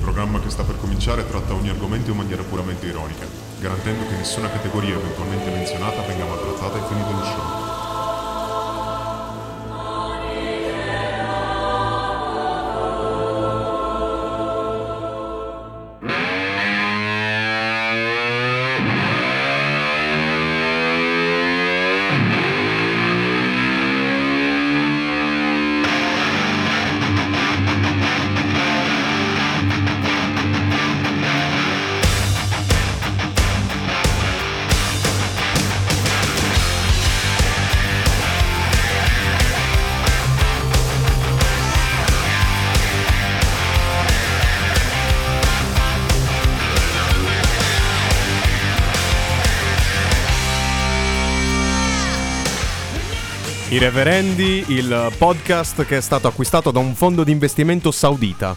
programma che sta per cominciare tratta ogni argomento in maniera puramente ironica, garantendo che nessuna categoria eventualmente menzionata venga maltrattata e finito lo show. I Reverendi, il podcast che è stato acquistato da un fondo di investimento saudita.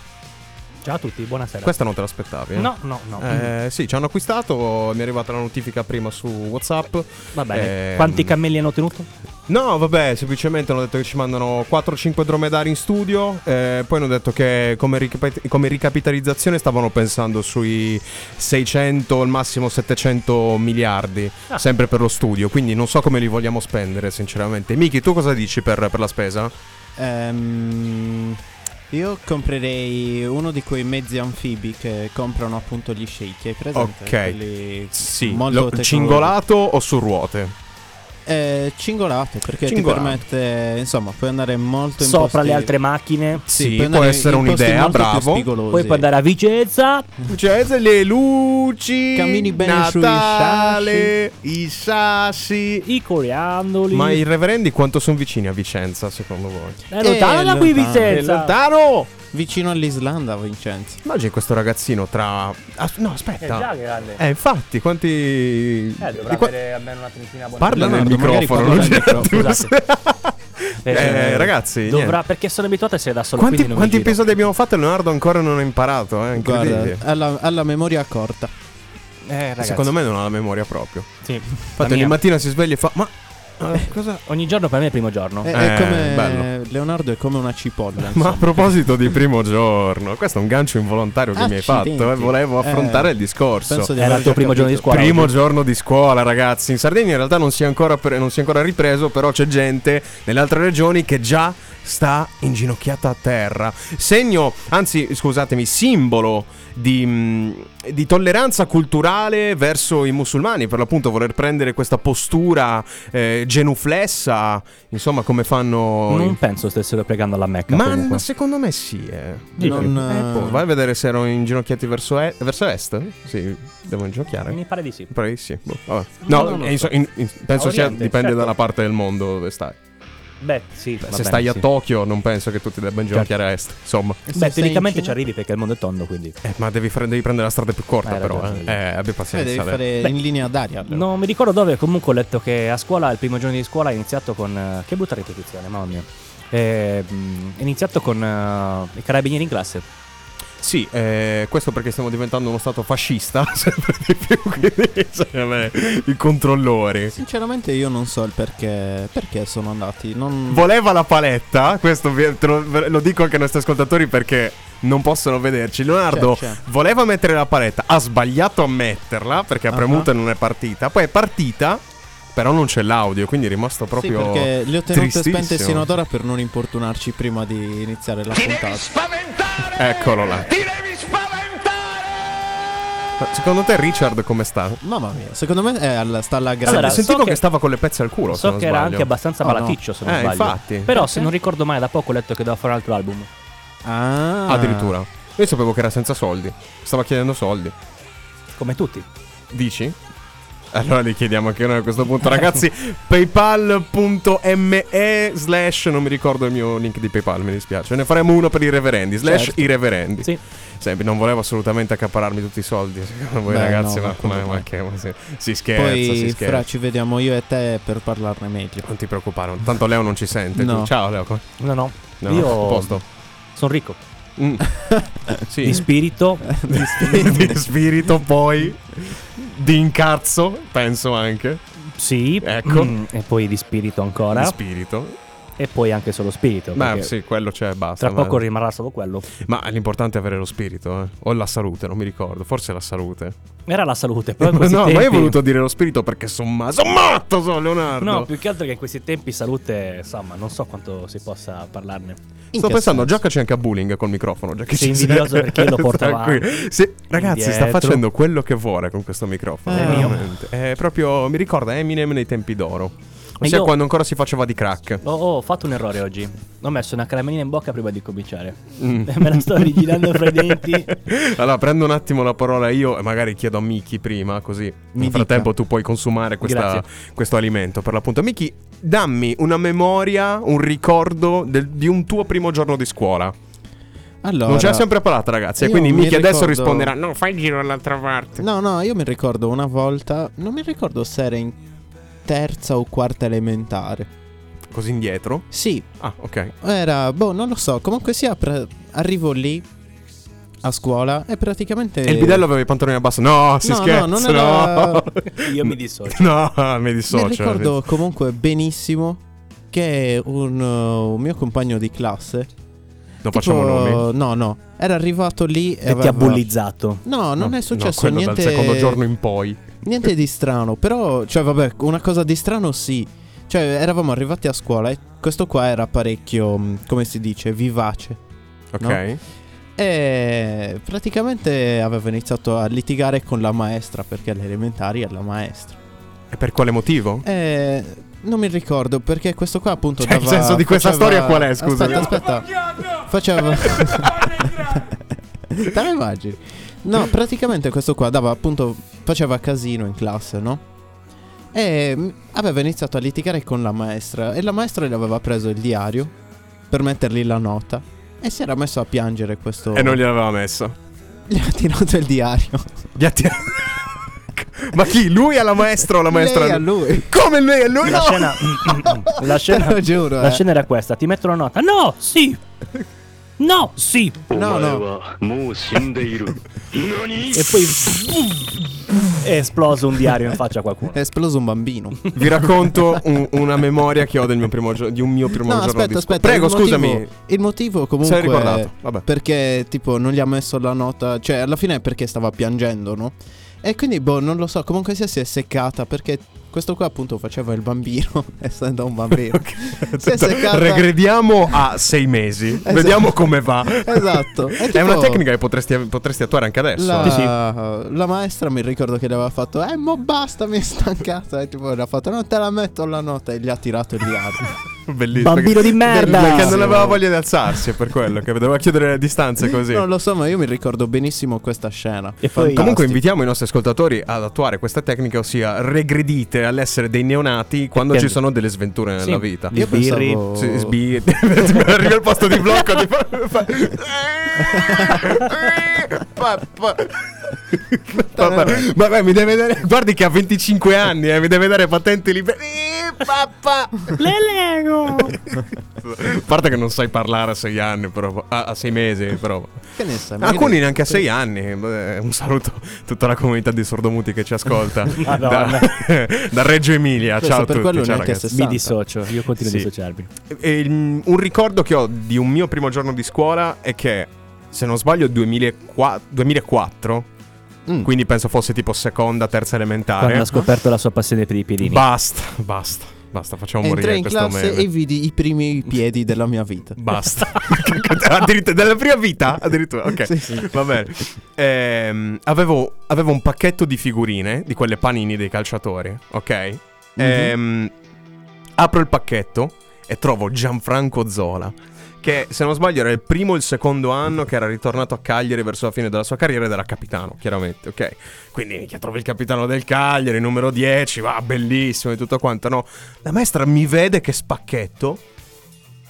Ciao a tutti, buonasera. Questa non te l'aspettavi? eh? No, no, no. Eh, sì, ci hanno acquistato, mi è arrivata la notifica prima su WhatsApp. Va bene. Ehm, Quanti cammelli hanno ottenuto? No, vabbè, semplicemente hanno detto che ci mandano 4-5 dromedari in studio. eh, poi hanno detto che come, ricapit- come ricapitalizzazione stavano pensando sui 600, al massimo 700 miliardi. Ah. Sempre per lo studio. Quindi non so come li vogliamo spendere, sinceramente. Miki, tu cosa dici per, per la spesa? Ehm, io comprerei uno di quei mezzi anfibi che comprano appunto gli shake. Hai presente? Ok. Quelli Sì, molto lo- tecnologici. cingolato o su ruote? Eh, cingolato perché Cingolato. ti permette, insomma, puoi andare molto in Sopra posti- le altre macchine. Sì, Sì, puoi può andare essere in posti un'idea, molto più bravo. spigolosi. Poi puoi andare a Vicenza. Cioè, se le luci, Cammini bene sui Natale, i sassi. I coriandoli. Ma i reverendi quanto sono vicini a Vicenza, secondo voi? È lontano Eh, da qui lontano. È Vicenza. lontano! vicino all'Islanda, Vincenzo. Immagini questo ragazzino tra... ah, no, È aspetta. già grande. Eh, infatti, quanti... Eh, dovrà di qua- avere almeno una trentina buona. Parla nel Leonardo, magari microfono, non parla nel c'è- microfono, Eh, ragazzi, dovrà niente. perché sono abituato a essere da solo. Quanti, quindi non mi quanti giro. episodi abbiamo fatto e Leonardo ancora non ha imparato, eh? incredibile. Guarda, alla, alla memoria corta. Eh, ragazzi. Secondo me non ha la memoria proprio. Sì. Infatti La ogni mia. mattina si sveglia e fa... Ma... eh, cosa... Ogni giorno per me è il primo giorno. È, Eh, è come bello. Leonardo è come una cipolla. Ma insomma. a proposito di primo giorno, questo è un gancio involontario che mi hai Ah, Accidenti. fatto, eh, volevo affrontare Eh, il discorso. penso di Era aver il tuo già primo giorno di capito. scuola. Primo oggi. giorno di scuola, ragazzi. In Sardegna in realtà non si è ancora, pre- non si è ancora ripreso, però c'è gente nelle altre regioni che già sta inginocchiata a terra. Segno, anzi, scusatemi, simbolo di, mh, di tolleranza culturale verso i musulmani, per l'appunto voler prendere questa postura eh, genuflessa, insomma, come fanno... non in- penso stessero pregando alla Mecca. Ma comunque. ma secondo me sì, eh. Non, Eh, eh, poi, vai a vedere se erano inginocchiati verso, e- verso est. Sì, devo inginocchiare. Mi pare di sì. Mi pare di sì. boh, vabbè. No, No, non lo eh, so. in- in- in- penso A sia Oriente, dipende certo. dalla parte del mondo dove stai. Beh, sì. va se bene, stai a sì. Tokyo, non penso che tu ti debba inginocchiare a est. Insomma, Se sei Beh, in teoricamente ci Cina- arrivi perché il mondo è tondo, quindi. Eh, ma devi, fare- devi prendere la strada più corta, Hai però. ragione, eh. sì. Eh, abbi Eh, pazienza. devi dai. fare Beh, in linea d'aria. allora. Non mi ricordo dove, comunque ho letto che a scuola, il primo giorno di scuola, è iniziato con. eh, Che brutta ripetizione, mamma mia. Eh, mm, È iniziato con eh, i carabinieri in classe. Oh, Sì, eh, questo perché stiamo diventando uno stato fascista sempre di più. Quindi, cioè, vabbè, i controllori. Sinceramente io non so il perché, perché sono andati. Non... Voleva la paletta, questo vi- te lo, ve- lo dico anche ai nostri ascoltatori perché non possono vederci. Leonardo C'è, c'è. voleva mettere la paletta, ha sbagliato a metterla perché ha Ah. premuto e non è partita. Poi è partita, però non c'è l'audio, quindi è rimasto proprio. sì, perché le ho tenute spente tristissimo. sino ad ora per non importunarci prima di iniziare la Ti devi puntata. spaventare! Eccolo là. Ti devi spaventare! Ma Secondo te, Richard, come sta? Mamma mia, secondo me è alla- sta alla grande. Allora, Senti- sentivo so che... che stava con le pezze al culo. se so non che era sbaglio. anche abbastanza Oh, no. malaticcio, se non Eh, sbaglio. infatti. Però, se non ricordo male, da poco ho letto che doveva fare un altro album. Ah. Addirittura. Io sapevo che era senza soldi. Stava chiedendo soldi. Come tutti. Dici? Allora li chiediamo anche noi a questo punto, ragazzi. paypal.me slash non mi ricordo il mio link di PayPal, mi dispiace. Ne faremo uno per i reverendi. Slash Certo. i reverendi. Sì. Sempre, non volevo assolutamente accapararmi tutti i soldi. Secondo voi, Beh, ragazzi, no, ma, ma come ma- ma mai? che ma si, si scherza, si Poi, scherza. Fra, ci vediamo io e te per parlarne meglio. Non ti preoccupare, tanto Leo non ci sente. No. Tu- Ciao Leo, come- No, no. no, Io a posto. sono ricco. Mm. sì. Di spirito. di spirito, poi di incazzo, penso anche. sì. Ecco. Mm, e poi di spirito ancora. Di spirito. e poi anche solo spirito. Beh, perché sì, quello c'è, basta. Tra ma- poco rimarrà solo quello. Ma l'importante è avere lo spirito, eh. O la salute, non mi ricordo. Forse la salute. Era la salute. Però in no, questi tempi... ma io ho voluto dire lo spirito perché sono ma- sono matto, sono Leonardo. No, più che altro che in questi tempi salute, insomma, non so quanto si possa parlarne. Sto che pensando, senso? giocaci anche a bullying col microfono. Già che Sei ci invidioso sei. perché lo porta Sta qui. avanti, Sì, ragazzi, sta indietro. facendo quello che vuole con questo microfono. Eh. veramente. È proprio, mi ricorda Eminem nei tempi d'oro. Ma Ossia io- quando ancora si faceva di crack. Ho, ho fatto un errore oggi. Ho messo una caramelina in bocca prima di cominciare. Mm. Me la sto rigirando fra i denti. Allora, prendo un attimo la parola io e magari chiedo a Miki prima, così Mi nel frattempo tu puoi consumare questa- questo alimento. Per l'appunto, Miki, dammi una memoria, un ricordo del- di un tuo primo giorno di scuola. Allora, non ce l'ha sempre parlata, ragazzi. E io quindi mi Miki adesso ricordo- risponderà: No, fai il giro all'altra parte. No, no, io mi ricordo una volta, non mi ricordo se era in terza o quarta elementare. Così indietro. Sì, Ah, ok. era, boh, non lo so, comunque sia, pra- arrivo lì a scuola e praticamente... E il bidello aveva i pantaloni a basso. No, si Eh. No, scherza. no, non era- Io mi dissocio. No, mi dissocio. Mi ricordo comunque benissimo che un, uh, un mio compagno di classe... Non facciamo tipo- nomi. No, no, era arrivato lì e E ti aveva- ha bullizzato. No, non No, è successo no, quello niente... dal secondo giorno in poi. Niente di strano, però, cioè, vabbè, una cosa di strano sì. Cioè, eravamo arrivati a scuola e questo qua era parecchio, mh, come si dice, vivace. Ok. No. E praticamente aveva iniziato a litigare con la maestra, perché alle elementari è la maestra. E per quale motivo? E non mi ricordo, perché questo qua appunto... Cioè, il dava- senso di questa faceva- storia qual è, scusami? Aspetta, aspetta. Faceva... Te la immagini? No, praticamente questo qua dava appunto faceva casino in classe, no? E mm, aveva iniziato a litigare con la maestra e la maestra gli aveva preso il diario per mettergli la nota e si era messo a piangere questo E non gliel'aveva messa. gli ha tirato il diario. Gli atti- Ma chi? Lui alla maestra o la maestra? Lei a lui. Come lei a lui? La No! scena, la scena, Te lo giuro, la eh. scena era questa: ti metto la nota. No, sì, no, sì. No, no. お前はもう死んでいる何 E poi è esploso un diario in faccia a qualcuno. È esploso un bambino. Vi racconto un- una memoria che ho del mio primo gio- di un mio primo No, giorno aspetta, di scuola. aspetta. Prego, il motivo- scusami. Il motivo comunque Se l'hai ricordato, vabbè. Perché tipo non gli ha messo la nota, cioè alla fine è perché stava piangendo, no? E quindi boh, non lo so, comunque sia si è seccata perché questo qua appunto faceva il bambino, essendo un bambino. Si è seccata. Regrediamo a sei mesi. Vediamo come va. Esatto. È È tipo- una tecnica che potresti, potresti attuare anche adesso. La, eh. la maestra mi ricordo che le aveva fatto Eh mo basta mi è stancata E tipo le ha fatto Non te la metto la nota E gli ha tirato il diario Bellissimo. Bambino di merda! Perché non aveva voglia di alzarsi, è per quello che doveva chiudere le distanze così. Non lo so ma io mi ricordo benissimo questa scena E poi- Comunque Fantastico. invitiamo i nostri ascoltatori ad attuare questa tecnica, ossia regredite all'essere dei neonati quando ci Perché- sono delle sventure nella Sì. vita. Gli Io sbirri, pensavo- Sì, sbi- arriva il posto di blocco ti fa- fa- fa- fa- Vabbè, vabbè, mi deve dare. Guardi che ha 25 anni, eh, mi deve dare patente libera. Papà. Le Lego. A parte che non sai parlare a 6 anni, però. A, a 6 mesi, però. Che ne sai magari- Alcuni neanche a 6 anni. Beh, un saluto a tutta la comunità di sordomuti che ci ascolta. da, Madonna. da Reggio Emilia. Questo Ciao a per tutti. quello ciao, neanche ragazzi. Mi 60. dissocio, io continuo Sì. a dissociarmi. E il- un ricordo che ho di un mio primo giorno di scuola è che, se non sbaglio, 2004, 2004, Mm. quindi penso fosse tipo seconda, terza Quando elementare. ha scoperto la sua passione per i piedini. Basta, basta, basta, facciamo morire Entrai in questo classe meme. e vidi i primi piedi della mia vita. Basta. addirittura, della prima vita? Addirittura, ok. Sì, sì. Va bene. Ehm, avevo, avevo un pacchetto di figurine, di quelle panini dei calciatori, ok? Mhm. Ehm, apro il pacchetto e trovo Gianfranco Zola. Che se non sbaglio era il primo o il secondo anno che era ritornato a Cagliari verso la fine della sua carriera ed era capitano, chiaramente, ok? Quindi minchia, trovi il capitano del Cagliari, numero 10, va bellissimo e tutto quanto, no? La maestra mi vede che spacchetto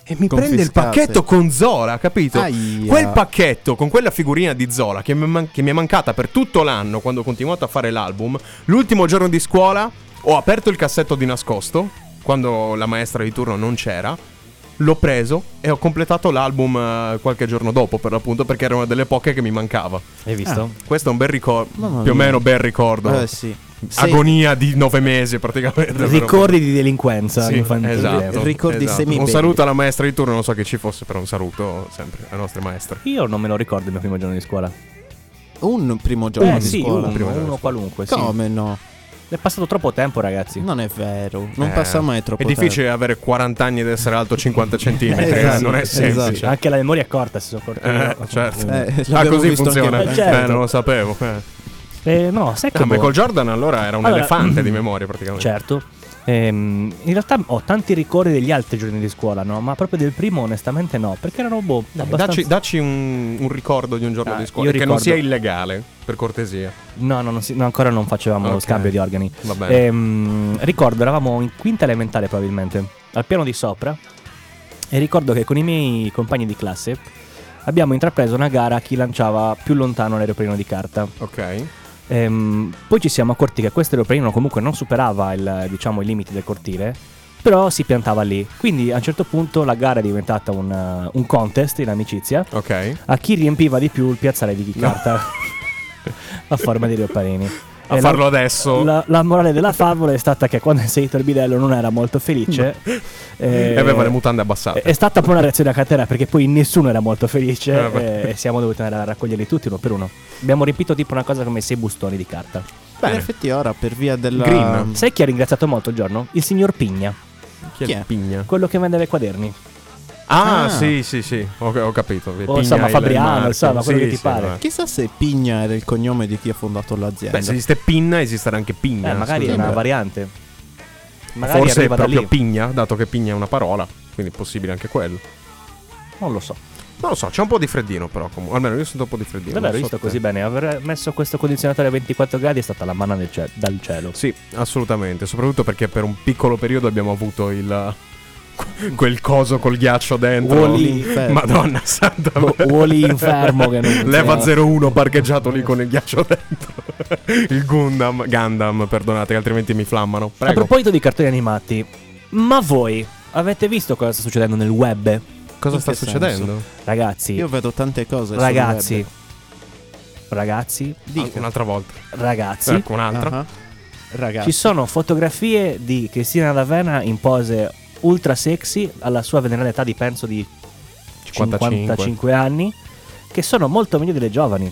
e mi prende il Confiscate. pacchetto con Zola, capito? Aia. Quel pacchetto con quella figurina di Zola che mi, è man- che mi è mancata per tutto l'anno quando ho continuato a fare l'album, l'ultimo giorno di scuola ho aperto il cassetto di nascosto, quando la maestra di turno non c'era, l'ho preso e ho completato l'album eh, qualche giorno dopo per l'appunto perché era una delle poche che mi mancava. Hai visto? Questo è un bel ricordo, Mamma più o mia. meno bel ricordo. Eh sì. se- agonia di nove mesi praticamente. però. Ricordi di delinquenza Sì, infantile. esatto, Ricordi esatto. semi-belli. Un saluto alla maestra di turno, non so che ci fosse, però un saluto sempre alle nostre maestre. Io non me lo ricordo il mio primo giorno di scuola. Un primo giorno eh di sì, scuola. uno, primo giorno di uno scuola. qualunque. sì. Come no? È passato troppo tempo, ragazzi. Non è vero. Non Eh, passa mai troppo È difficile avere 40 anni ed essere alto 50 centimetri, eh, Esatto, non è semplice. esatto. Anche la memoria è corta, si sono corti. Eh, certo. tempo. Eh, ah, l'abbiamo così visto anche funziona. noi. Eh, certo. Eh, non lo sapevo. eh. Eh, no, sai che Ah, boh. Michael Jordan allora era un Allora, mm, elefante di memoria praticamente. Certo. Ehm, in realtà ho tanti ricordi degli altri giorni di scuola, no? Ma proprio del primo, onestamente, no. Perché erano boh. Dai, abbastanza- Dacci, dacci un, un ricordo di un giorno Ah, di io scuola che non ricordo- sia illegale, per cortesia. No, no, non si- no, ancora non facevamo lo Ok. scambio di organi. Va bene. Ehm, ricordo, eravamo in quinta elementare probabilmente, al piano di sopra. E ricordo che con i miei compagni di classe abbiamo intrapreso una gara a chi lanciava più lontano l'aeroplano di carta. Ok. Ehm, poi ci siamo accorti che questo aeroplano comunque non superava il, diciamo, i limiti del cortile, però si piantava lì. Quindi a un certo punto la gara è diventata un, eh, un contest in amicizia Ok. a chi riempiva di più il piazzale di carta a forma di leoparini. A E la- farlo adesso. La, la morale della favola è stata che quando è salito il bidello non era molto felice. Eh, E aveva le mutande abbassate. È stata poi una reazione a catena perché poi nessuno era molto felice Eh, beh. eh, e siamo dovuti andare a raccoglierli tutti uno per uno. Abbiamo riempito tipo una cosa come sei bustoni di carta. In effetti ora per via della... Green. Sai chi ha ringraziato molto il giorno? Il signor Pigna, Chi è? Chi è? Pigna? quello che vendeva i quaderni. Ah, Ah. sì, sì, sì. Ho, ho capito. Pigna Oh, insomma, il Fabriano, marchio. insomma, quello Sì, che ti sì, pare. vabbè. Chissà se Pigna era il cognome di chi ha fondato l'azienda. Beh, se esiste Pinna, esisterà anche Pigna. Eh, magari è scusami. una variante. Magari Forse è arriva da proprio lì. Pigna, dato che Pigna è una parola. Quindi è possibile anche quello. non lo so. Non lo so, c'è un po' di freddino, però. comunque. Almeno io sento un po' di freddino. Davvero, non so visto te. così bene. Aver messo questo condizionatore a 24 gradi è stata la manna del ce- dal cielo. Sì, assolutamente. Soprattutto perché per un piccolo periodo abbiamo avuto il. Quel coso col ghiaccio dentro. Wall-E infermo. Madonna santa. Wo- Wall-E infermo che non Leva funziona. 01 parcheggiato lì con il ghiaccio dentro. Il Gundam. Gundam, perdonate, altrimenti mi flammano. A Prego. proposito di cartoni animati, ma voi avete visto cosa sta succedendo nel web? Cosa In sta che succedendo? Ragazzi, Io vedo tante cose. sul ragazzi, web. ragazzi, Dico. Un'altra volta. ragazzi, Ecco, un'altra. Ah, Ragazzi. ci sono fotografie di Cristina D'Avena in pose ultra sexy alla sua veneranda età di penso di 55. 55 anni, che sono molto meglio delle giovani.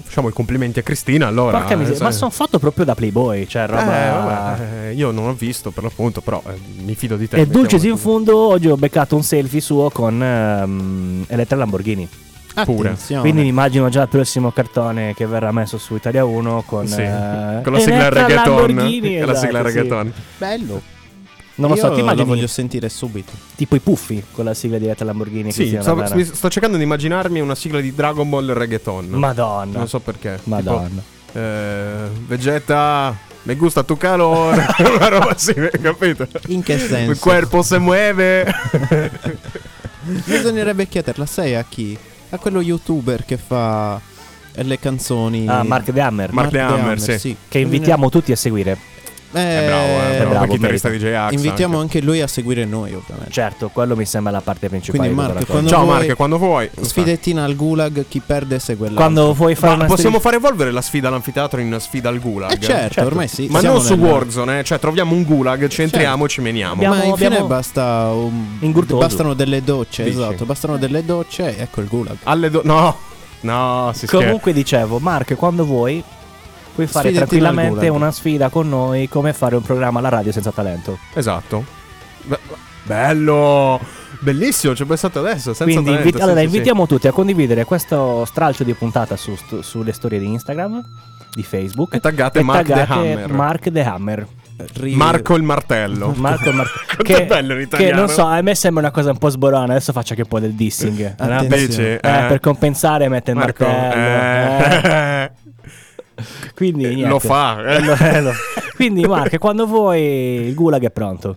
Facciamo i complimenti a Cristina allora. ah. Porca miseria, Eh, ma sai. sono foto proprio da Playboy, cioè Eh, roba... vabbè, eh, io non ho visto per l'appunto, però eh, mi fido di te. E Dulcis mettiamola in fondo oggi ho beccato un selfie suo con ehm, Elettra Lamborghini. pure. Attenzione. Quindi mi immagino già il prossimo cartone che verrà messo su Italia 1 con, Sì, eh, con la sigla Elettra reggaeton. Lamborghini, Con la sigla esatto, sì. reggaeton. Bello. Non lo so, Io ti immagini la voglio sentire subito. tipo i puffi con la sigla di Elettra Lamborghini? e Sì, Cristina sto, D'Avena? mi- sto cercando di immaginarmi una sigla di Dragon Ball reggaeton. Madonna. Non so perché. Madonna. Tipo, eh, Vegeta, me gusta tu calor. una roba sì, capito? In che senso? Il corpo se muove. Bisognerebbe chiederla, sai a chi? A quello youtuber che fa le canzoni. Ah, Mark De Hammer, Mark De Hammer, sì. che invitiamo tutti a seguire. Eh, È bravo, eh, è bravo, bravo, chitarrista di J. Axe Invitiamo anche. anche lui a seguire noi, ovviamente. Certo, quello mi sembra la parte principale. Quindi, di tutta Mark, la cosa. quando Ciao vuoi- Mark, quando vuoi. Sfidetina al gulag, chi perde segue l'altro. Cioè, quando vuoi fare Ma una possiamo stri- fare evolvere la sfida all'anfiteatro in sfida al gulag? Eh certo, Certo. ormai sì. Ma siamo non su nel- Warzone, eh? cioè troviamo un gulag, ci entriamo e ci meniamo. Abbiamo- ma infine abbiamo- basta un- Ingurtoso. bastano delle docce, Dici? esatto, bastano delle docce e ecco il gulag. Ah. Alle do- No, no, si scherza. Comunque dicevo, Mark, quando vuoi puoi fare Sfidati dal tranquillamente Gulag. una sfida con noi come fare un programma alla radio senza talento. Esatto. Be- bello! Bellissimo, ci ho pensato adesso. Senza Quindi talento, invi- sì, allora, sì, sì. invitiamo tutti a condividere questo stralcio di puntata su st- sulle storie di Instagram, di Facebook E taggate Mark The Hammer. Mark The Hammer. Ri- Marco il martello. Marco Mar- Quanto è bello in che italiano. non so, a me sembra una cosa un po' sborona, adesso faccio anche un po' del dissing. no? Attenzione. Per- Dici, eh, eh, per compensare mette il Marco, martello. eh. eh, Quindi eh, niente. lo fa. eh. Lo- eh, lo- Quindi Mark, quando vuoi il gulag è pronto.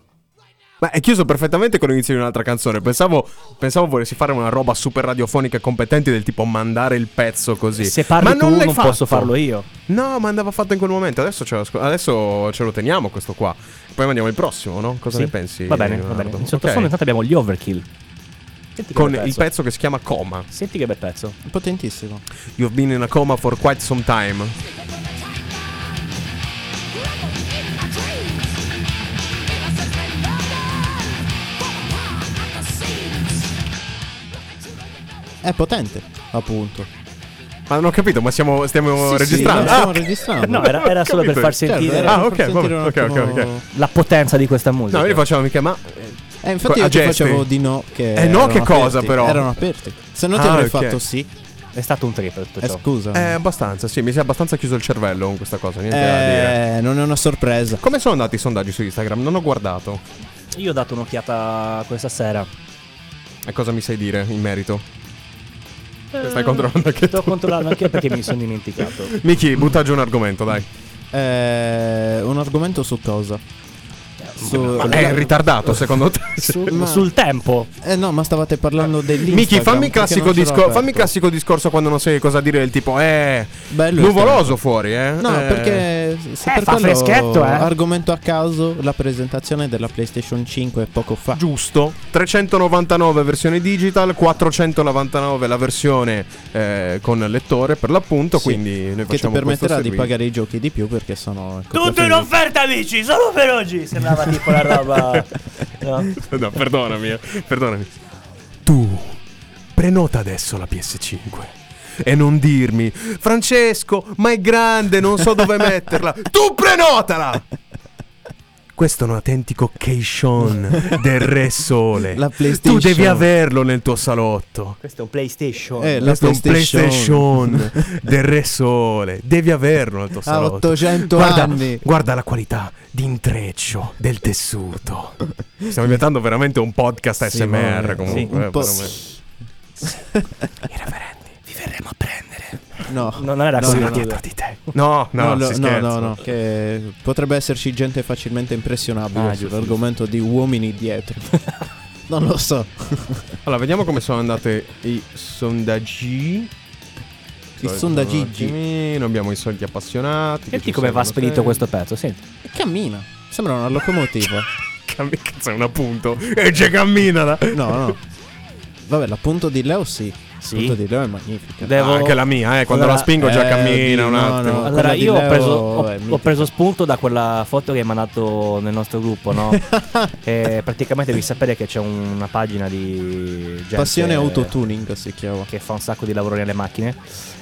Ma è chiuso perfettamente con l'inizio di un'altra canzone. Pensavo, pensavo volessi fare una roba super radiofonica e competente del tipo mandare il pezzo così. Se parli Ma tu non, non, l'hai fatto. posso farlo io. No, ma andava fatto in quel momento. Adesso ce lo, asco- adesso ce lo teniamo questo qua. Poi mandiamo il prossimo, no? Cosa Sì? ne pensi? Va bene, va Leonardo? bene. In Ok. sottofondo intanto abbiamo gli overkill. Senti che Con bel il pezzo che si chiama Coma. Senti che bel pezzo. Potentissimo. You've been in a coma for quite some time. Thank è potente, appunto. Ma Ah, non ho capito, ma stiamo, stiamo Sì, registrando. sì, Ah, stiamo ok. registrando. No, era, era Ho solo per capito. far Certo, sentire Ah, era per far ok, sentire un ok, ok, attimo- ok. la potenza di questa musica. No, io li facciamo mica, ma. Eh, infatti A io ti gesti. facevo di no che Eh, no, erano che cosa, aperti. però? Erano aperti. Se no ti Ah, avrei ok. fatto sì. È stato un trip tutto Eh, ciò. scusa. Eh, abbastanza, sì, mi si è abbastanza chiuso il cervello con questa cosa, niente da dire. Eh, non è una sorpresa. Come sono andati i sondaggi su Instagram? Non ho guardato. Io ho dato un'occhiata questa sera. E cosa mi sai dire in merito? stai controllando anche Sto tu. controllando anche perché mi sono dimenticato. Miki, butta giù un argomento, dai. Eh, un argomento su cosa? Su- Ma Eh, è ritardato, secondo te? Su- Ma- Sul tempo. Eh no, ma stavate parlando dell'Instagram Miki, fammi perché classico, non ce l'ho discor- aperto. fammi classico discorso quando non sai cosa dire, del tipo, eh. Bello Nuvoloso fuori, eh? No, Eh, perché se Eh, per fa quello freschetto, eh. Argomento a caso, la presentazione della PlayStation 5 poco fa. Giusto, 399 versione digital, 499 la versione eh, con lettore per l'appunto, Sì, quindi noi che ti facciamo questo permetterà di servizio. pagare i giochi di più perché sono Tutto in offerta, amici, solo per oggi. Sembrava tipo la roba. No? No, perdonami, eh, perdonami. Tu prenota adesso la PS5 e non dirmi Francesco, ma è grande, non so dove metterla. Tu prenotala! Questo è un autentico cation del Re Sole. La tu PlayStation. devi averlo nel tuo salotto. Questo è un PlayStation. Eh, la Questo è un PlayStation. PlayStation del Re Sole. Devi averlo nel tuo Ha salotto. 800 Guarda, anni. guarda la qualità di intreccio del tessuto. Stiamo diventando veramente un podcast Sì, SMR ma- comunque. sì, un eh, po' veramente. No, No, non era no, così. no, no. dietro Di te. No, no, No, lo- si no, scherza. no, no, che potrebbe esserci gente facilmente impressionabile Ah, giusto, sull'argomento di uomini dietro. non lo so. Allora, vediamo come sono andate i sondaggi. I Sorry, un sondagigi. attimino, abbiamo i soldi appassionati. che Senti ci come va seguono spedito sempre. questo pezzo. Senti. Cammina. Sembra una locomotiva. Cammi- Cazzo, è un appunto. E già camminala. No, no. Vabbè, l'appunto di Leo sì. Sì. L'appunto di Leo è magnifica. Devo- Ah, anche la mia, eh. Quando Allora, la spingo già eh, cammina di- un no, attimo. no. Allora, quella di io ho Leo preso, ho- è ho mitica. preso spunto da quella foto che hai mandato nel nostro gruppo, no? e praticamente devi sapere che c'è una pagina di gente Passione autotuning si chiama. che fa un sacco di lavoro nelle macchine.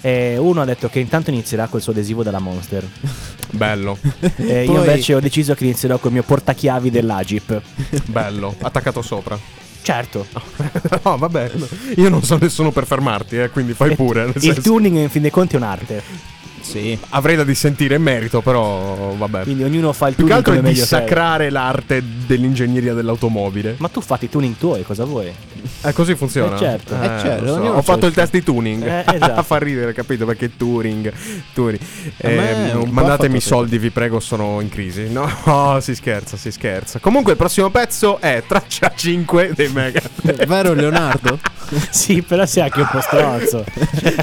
E uno ha detto che intanto inizierà col suo adesivo della Monster. Bello, E Poi- Eh, io invece ho deciso che inizierò col mio portachiavi dell'Agip. bello. Attaccato sopra. Certo. No, vabbè, no. io non so nessuno per fermarti, eh, quindi fai pure. nel Il senso- tuning in fin dei conti è un'arte. Sì. Avrei da dissentire in merito, però vabbè. Quindi ognuno fa il Più che tuning altro come è meglio sa. dissacrare l'arte dell'ingegneria dell'automobile. Ma tu fate i tuning tuoi, cosa vuoi? Eh, così funziona. Eh, certo. Eh, certo, lo so. ognuno Ho fatto c'è il test di tuning. Eh, esatto. Fa ridere, capito? Perché Turing. Turing. A me Eh, un po' mandatemi ha fatto soldi, vi prego, sono in crisi. No, si scherza, si scherza. Comunque, il prossimo pezzo è traccia 5 dei Mega. È vero Leonardo? sì, però sei anche un po' stronzo.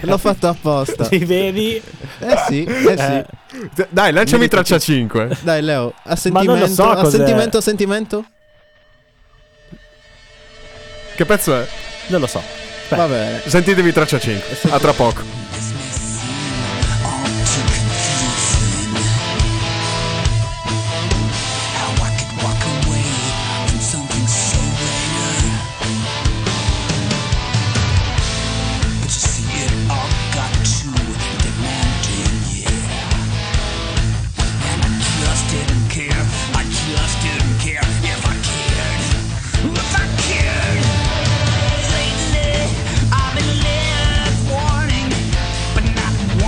L'ho fatto apposta. Li vedi? Eh sì, eh Eh. sì. Dai, lanciami Mi dico- traccia 5. Dai Leo, a Ma non lo so sentimento, a cos'è. sentimento, a sentimento? Che pezzo è? Non lo so. Va bene. Sentitevi traccia 5. A tra poco. How I could walk away from something so rare. But you see, it all got too demanding, yeah. And I just didn't care. I just didn't care if I cared. If I cared. Lately, I've been left wanting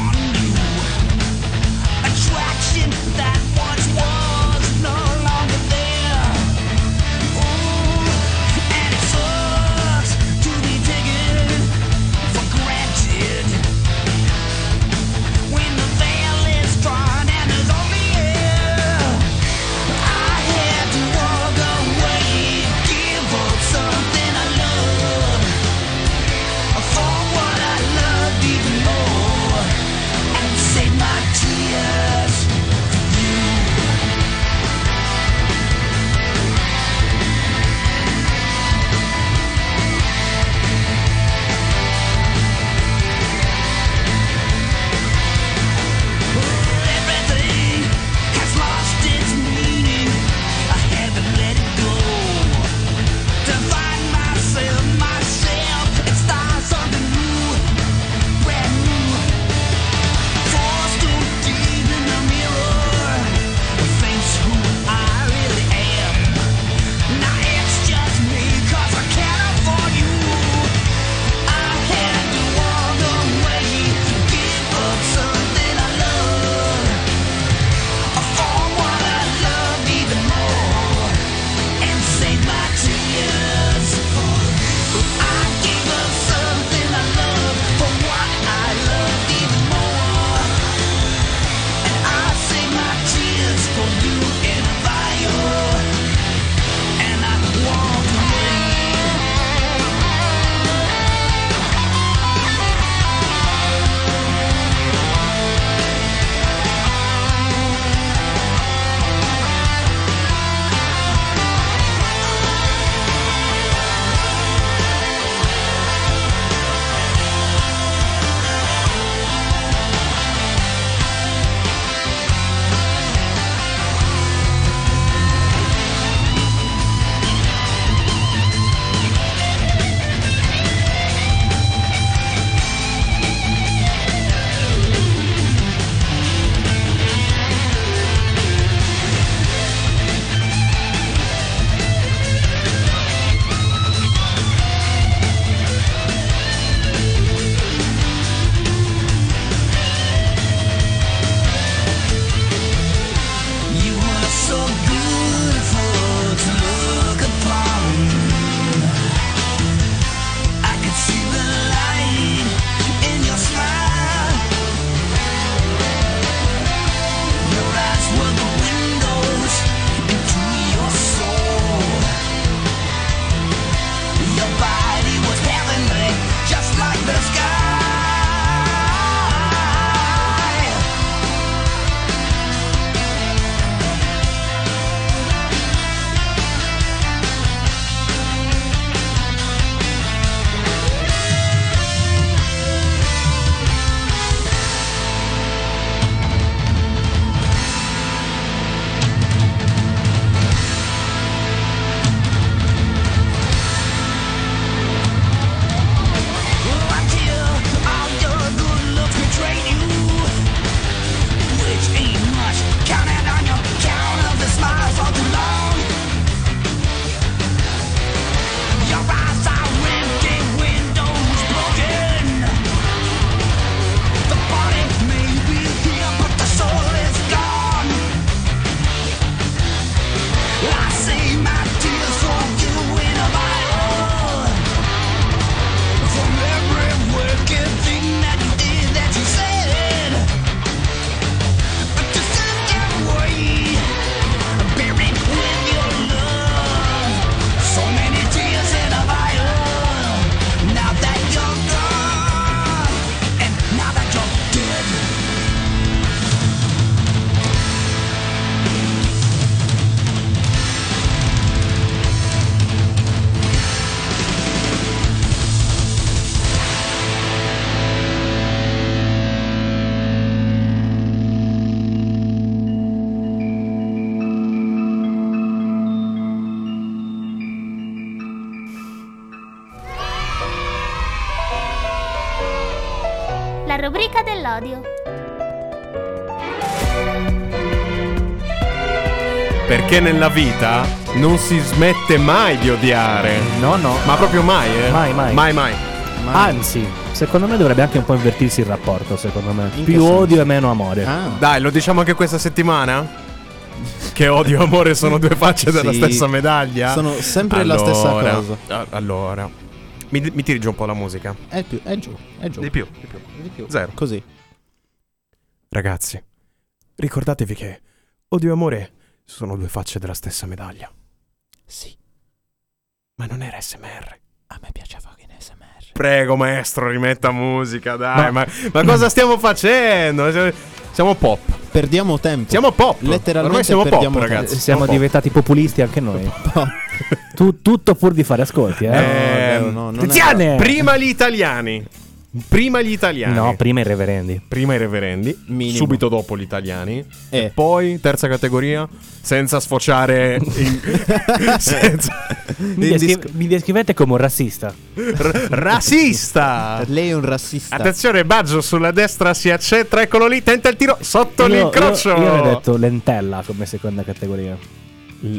la rubrica dell'odio. Perché nella vita non si smette mai di odiare. No, no. Ma proprio mai, eh? Mai, mai. Mai, mai. Anzi, secondo me dovrebbe anche un po' invertirsi il rapporto, secondo me. In che Più senso? odio e meno amore. Ah, Dai, lo diciamo anche questa settimana? Che odio e amore sono due facce della Sì. stessa medaglia. Sono sempre la stessa eh. Allora, cosa. a- Allora, mi, mi tiri giù un po' la musica. è, più, è giù, è giù. Di più, di più. Di più. Zero. Così. Ragazzi, ricordatevi che odio e amore sono due facce della stessa medaglia. Sì, Ma non era SMR. a me piaceva che in SMR. Prego, maestro, rimetta musica, dai. No. Ma, ma cosa stiamo facendo? Siamo pop. Perdiamo tempo. Siamo pop. Letteralmente Ormai siamo pop, perdiamo- ragazzi. Siamo pop. diventati populisti anche noi. Tu- tutto pur di fare ascolti, eh? Ehm, no, no, non è- Tiziane! Prima gli italiani. Prima gli eh. italiani. No, prima i reverendi. prima i reverendi. Minimo. Subito dopo gli italiani. Eh. Poi, terza categoria, senza sfociare. in- senza. Mi, in descri- disco- mi descrivete come un razzista. r- rassista. Lei è un razzista. Attenzione, Baggio sulla destra si accentra, eccolo lì, tenta il tiro sotto Io- l'incrocio. Io, io avrei detto lentella come seconda categoria.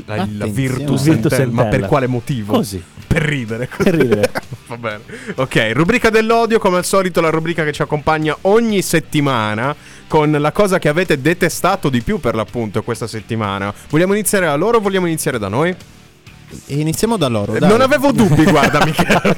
La, la Attenzione. Virtus, Virtus Entella. ma Entella. per quale motivo? Così. Per ridere. Per ridere. Va bene. Ok, rubrica dell'odio, come al solito la rubrica che ci accompagna ogni settimana con la cosa che avete detestato di più per l'appunto questa settimana. Vogliamo iniziare da loro o vogliamo iniziare da noi? Iniziamo da loro. Eh, dai. Non avevo dubbi, guarda Michele.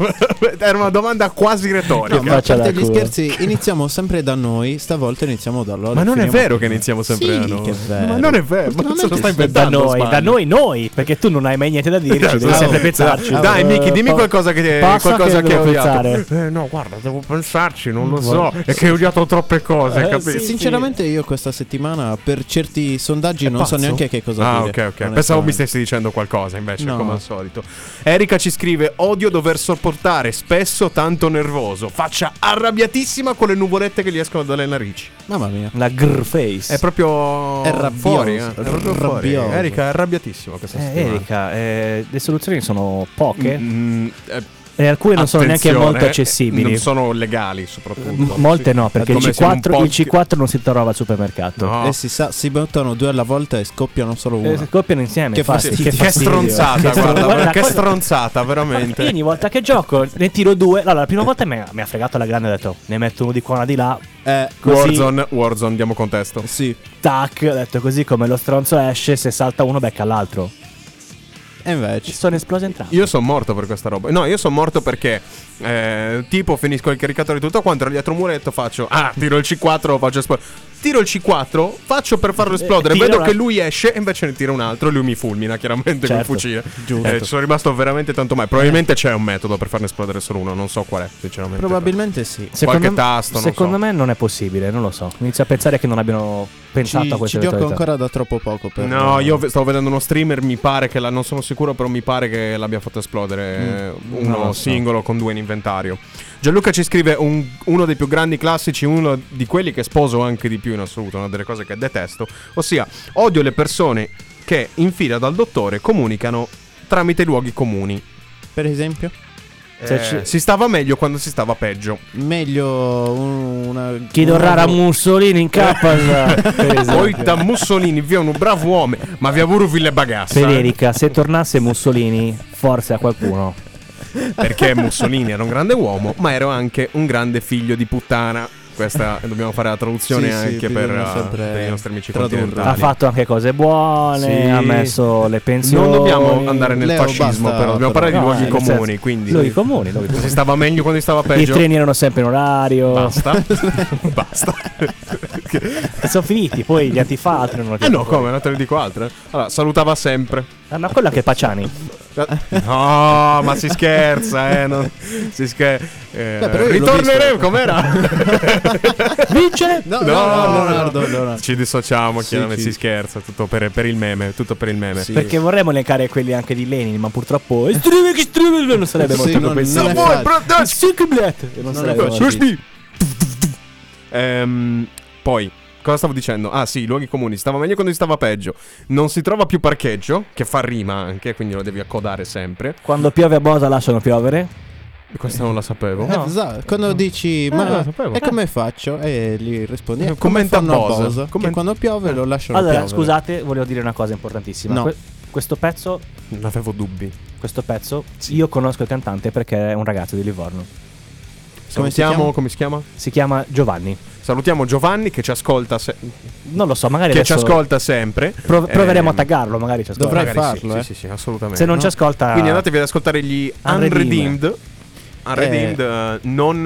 Era una domanda quasi retorica. No, ma a faccia parte da gli culo. scherzi, iniziamo sempre da noi. Stavolta iniziamo da loro. Ma non è Finiamo- vero che iniziamo sempre Sì, da noi. che vero. Ma non è vero, ma Ultimamente se lo stai sì. Da Da inventando. noi, sbagli. da noi, noi, perché tu non hai mai niente da dirci, Esatto, devi bravo. sempre pensarci. Esatto. Dai, Miki, dimmi Eh, qualcosa che passa qualcosa che devo hai odiato. pensare. Eh, no, guarda, devo pensarci, non lo so. È che ho odiato troppe cose, Eh, capito? sì. Sinceramente, io questa settimana per certi sondaggi non pazzo? so neanche che cosa Ah, dire, ok, ok. Pensavo mi onestamente. stessi dicendo qualcosa invece, No. come al solito. Erika ci scrive: Odio dover sopportare spesso tanto nervoso. Faccia arrabbiatissima con le nuvolette che gli escono dalle narici. Mamma mia. La grr face. È proprio. È rabbioso, fuori, eh. È è proprio fuori. rabbioso. Erika è arrabbiatissima questa Eh, settimana. Erika, eh, le soluzioni sono poche Mm, eh, e alcune non sono neanche attenzione, eh, molto accessibili. Non sono legali, soprattutto. M- Molte no, perché il Come siamo un C4, po' il C4 non si trova al supermercato. No. E Eh, si sa, si buttano due alla volta e scoppiano solo Eh, una. scoppiano insieme. Che infatti. fastidio. Che stronzata, stron- guarda, guarda, che guarda- stronzata, Io veramente. ogni volta che gioco ne tiro due. Allora, la prima volta mi ha, mi ha fregato la grande, ho detto ne metto uno di qua, uno di là. Eh, Così, Warzone, Warzone, diamo contesto. sì. tac, ho detto così come lo stronzo esce, se salta uno becca l'altro. E Ci invece. sono esplose entrambi. Io sono morto per questa roba. No, io sono morto perché, eh, tipo, finisco il caricatore di tutto quanto, ero dietro un muretto, faccio, ah, tiro il C4, lo faccio esplodere. Tiro il C4, faccio per farlo esplodere, Eh, tiro vedo la- che lui esce e invece ne tira un altro e lui mi fulmina chiaramente col Certo, fucile. giusto. Eh, ci sono rimasto veramente tanto male. Probabilmente c'è un metodo per farne esplodere solo uno, non so qual è, sinceramente. Probabilmente sì. qualche tasto, non secondo so. me non è possibile, non lo so. Inizio a pensare che non abbiano pensato a Ci, questa ci gioco eventualità. ancora da troppo poco. Per No, io ve- stavo vedendo uno streamer, mi pare che la, non sono sicuro, però mi pare che l'abbia fatto esplodere eh, uno non Mm. lo so. singolo con due in inventario. Gianluca ci scrive un- uno dei più grandi classici, uno di quelli che sposo anche di più in assoluto, una delle cose che detesto, ossia odio le persone che in fila dal dottore comunicano tramite luoghi comuni. Per esempio, Se Eh, Cioè, ci- Si stava meglio quando si stava peggio. meglio un- una. Chiedo una- rara Mussolini in K. per Poi esempio. da Mussolini, via un bravo uomo, ma vi avuru ville bagassa. Federica, se tornasse Mussolini, forse a qualcuno. perché Mussolini era un grande uomo, ma ero anche un grande figlio di puttana. Questa dobbiamo fare la traduzione Sì, sì, anche per, bisogna eh, sempre per i nostri amici tradurre. Ha continentali. fatto anche cose buone, Ah, Sì. ha messo le pensioni. non dobbiamo andare nel Leo, fascismo, basta, però dobbiamo parlare di No, luoghi eh, nel comuni. senso- quindi luoghi comuni, luoghi si comuni. stava meglio quando si stava I peggio. treni erano sempre in orario. Basta, basta. E sono finiti, poi gli antifalchi non Eh no, come? Non te ne dico altre. Allora, salutava sempre. Ah, no, quella che è Paciani. No, ma si scherza, eh. non- si scher- eh, Beh, però io l'ho ritorneremo, visto. com'era? Vince! No, No, no, no, no, Leonardo, no. Leonardo. Ci dissociamo, Sì, chiaramente sì. si scherza, tutto per, per il meme, tutto per il meme. Sì. Perché vorremmo elencare quelli anche di Lenin, ma purtroppo. Eh, strube che strube, Non sarebbe Sì, molto non- compensabile. non è facile. Non Non è sarebbe facile. molto- Scusi. Ehm, poi, cosa stavo dicendo? Ah sì, luoghi comuni, stava meglio quando si stava peggio. Non si trova più parcheggio, che fa rima anche, quindi lo devi accodare sempre. Quando piove a Bosa lasciano piovere. Questa non la sapevo. Eh, sa- quando dici, non ma Eh, lo sapevo. e come faccio? E gli rispondi, eh, Commenta come fanno a Bose. Bose, Commenta- che quando piove lo lasciano Allora, piovere. scusate, volevo dire una cosa importantissima. No. Que- questo pezzo, Non avevo dubbi. questo pezzo io conosco il cantante perché è un ragazzo di Livorno. Come si Salutiamo, chiama? come si chiama? Si chiama Giovanni. Salutiamo Giovanni che ci ascolta, se- Eh, Non lo so, magari che ci adesso ascolta sempre. pro- proveremo Ehm, a taggarlo, magari ci ascolta. Dovrai magari sì, farlo, Sì, eh. sì, sì, assolutamente. Se non No? ci ascolta Quindi andatevi ad ascoltare gli Unredeemed. Ah. Unredeemed. Unredeemed, eh, non.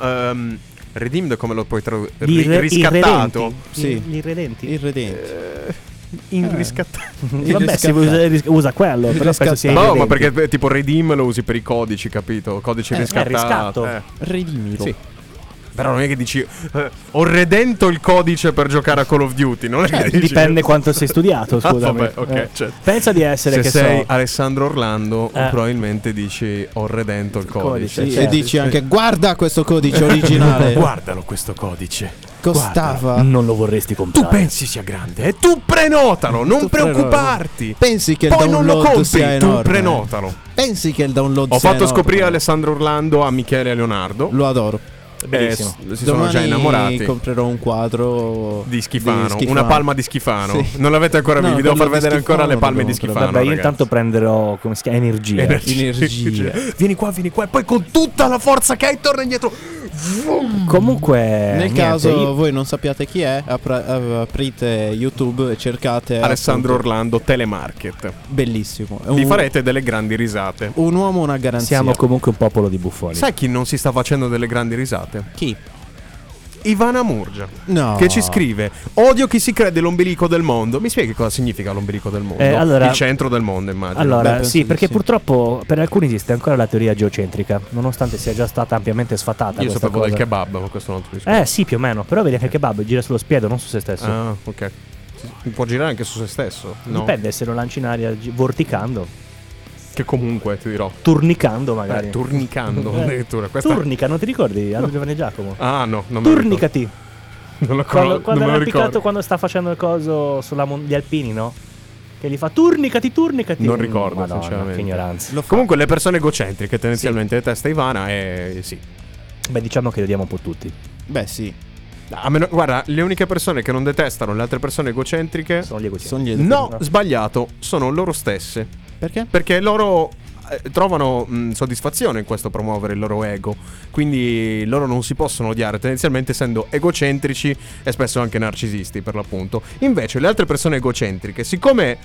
ehm, redeemed come lo puoi tradurre? Gli irre- riscattato. irredenti. Sì. Gli irredenti. Irredenti. Eh, In riscattato. Vabbè, si usa, ris- usa quello, però penso sia No, ma irredenti. perché eh, tipo redeem lo usi per i codici, capito? Codice Eh, riscattato. riscatto. eh. Redimilo. Sì. Però non è che dici eh, ho redento il codice per giocare a Call of Duty, non è che Eh. dici- Eh, Dipende quanto sei studiato, Ah, scusami. vabbè, ok, Eh. certo. Pensa di essere Se che sei so, Alessandro Orlando, Eh. probabilmente dici ho redento il codice. codice, Sì, Sì, e certo. dici anche, guarda questo codice originale, Guardalo questo codice. costava. Mm. non lo vorresti comprare. sia grande e tu prenotalo, non Tu prenota. Pensi che il Poi non lo download sia compri, tu enorme. prenotalo. Pensi che il download Ho sia fatto enorme? scoprire Alessandro Orlando a Michele e Leonardo. Lo adoro. Eh, Bellissimo. s- si sono Domani già innamorati. comprerò un quadro Di schifano, Schifano. una palma di schifano. Sì. Non l'avete ancora No, vi- vi devo quello far di vedere Schifano ancora le lo palme di devo schifano. comprare. Vabbè, io ragazzi. intanto prenderò come si chiama? Energia. Energia. Vieni qua, vieni qua, e poi con tutta la forza che hai, torna indietro. Mm. Comunque, Nel niente, caso io- voi non sappiate chi è, apra- aprite YouTube e cercate Alessandro appunto, Uh. Orlando, telemarket. Bellissimo. È Vi un- farete delle grandi risate. un uomo una garanzia. siamo comunque un popolo di buffoni. Sai chi non si sta facendo delle grandi risate? chi? Ivana Murgia. No. Che ci scrive: Odio chi si crede l'ombelico del mondo. Mi spieghi cosa significa l'ombelico del mondo? Eh, allora- Il centro del mondo, immagino. Beh, Allora, penso sì, di perché sì. purtroppo per alcuni esiste ancora la teoria geocentrica, nonostante sia già stata ampiamente sfatata. Io questa sapevo del cosa. kebab, ma questo è un altro discorso. Eh, sì, più o meno, però vedi che il kebab gira sullo spiedo, non su se stesso. Ah, ok. Si Può girare anche su se stesso. No. Dipende se lo lanci in aria gi- vorticando, Che comunque ti dirò. turnicando Eh, magari. turnicando Eh. addirittura. Questa... Turnica, non ti ricordi? Andrea Giovanni Giacomo. ah, no, non me lo ricordo. Turnicati. Non lo Quando, conosco. non quando era me lo ricordo. appiccato quando sta facendo il coso sulla mon- gli alpini, no? Che gli fa turnicati, turnicati. Non ricordo, Madonna, sinceramente. Che ignoranza. Lo fa. Comunque, le persone egocentriche, tendenzialmente, le testa Ivana, è sì. Beh, diciamo che odiamo un po' tutti. Beh, sì. A meno, guarda, le uniche persone che non detestano le altre persone egocentriche. Sono gli egocentrici. Sono gli No, sbagliato, sono loro stesse. Perché? Perché loro eh, trovano mh, soddisfazione in questo promuovere il loro ego. Quindi loro non si possono odiare, tendenzialmente essendo egocentrici e spesso anche narcisisti, per l'appunto. Invece, le altre persone egocentriche, siccome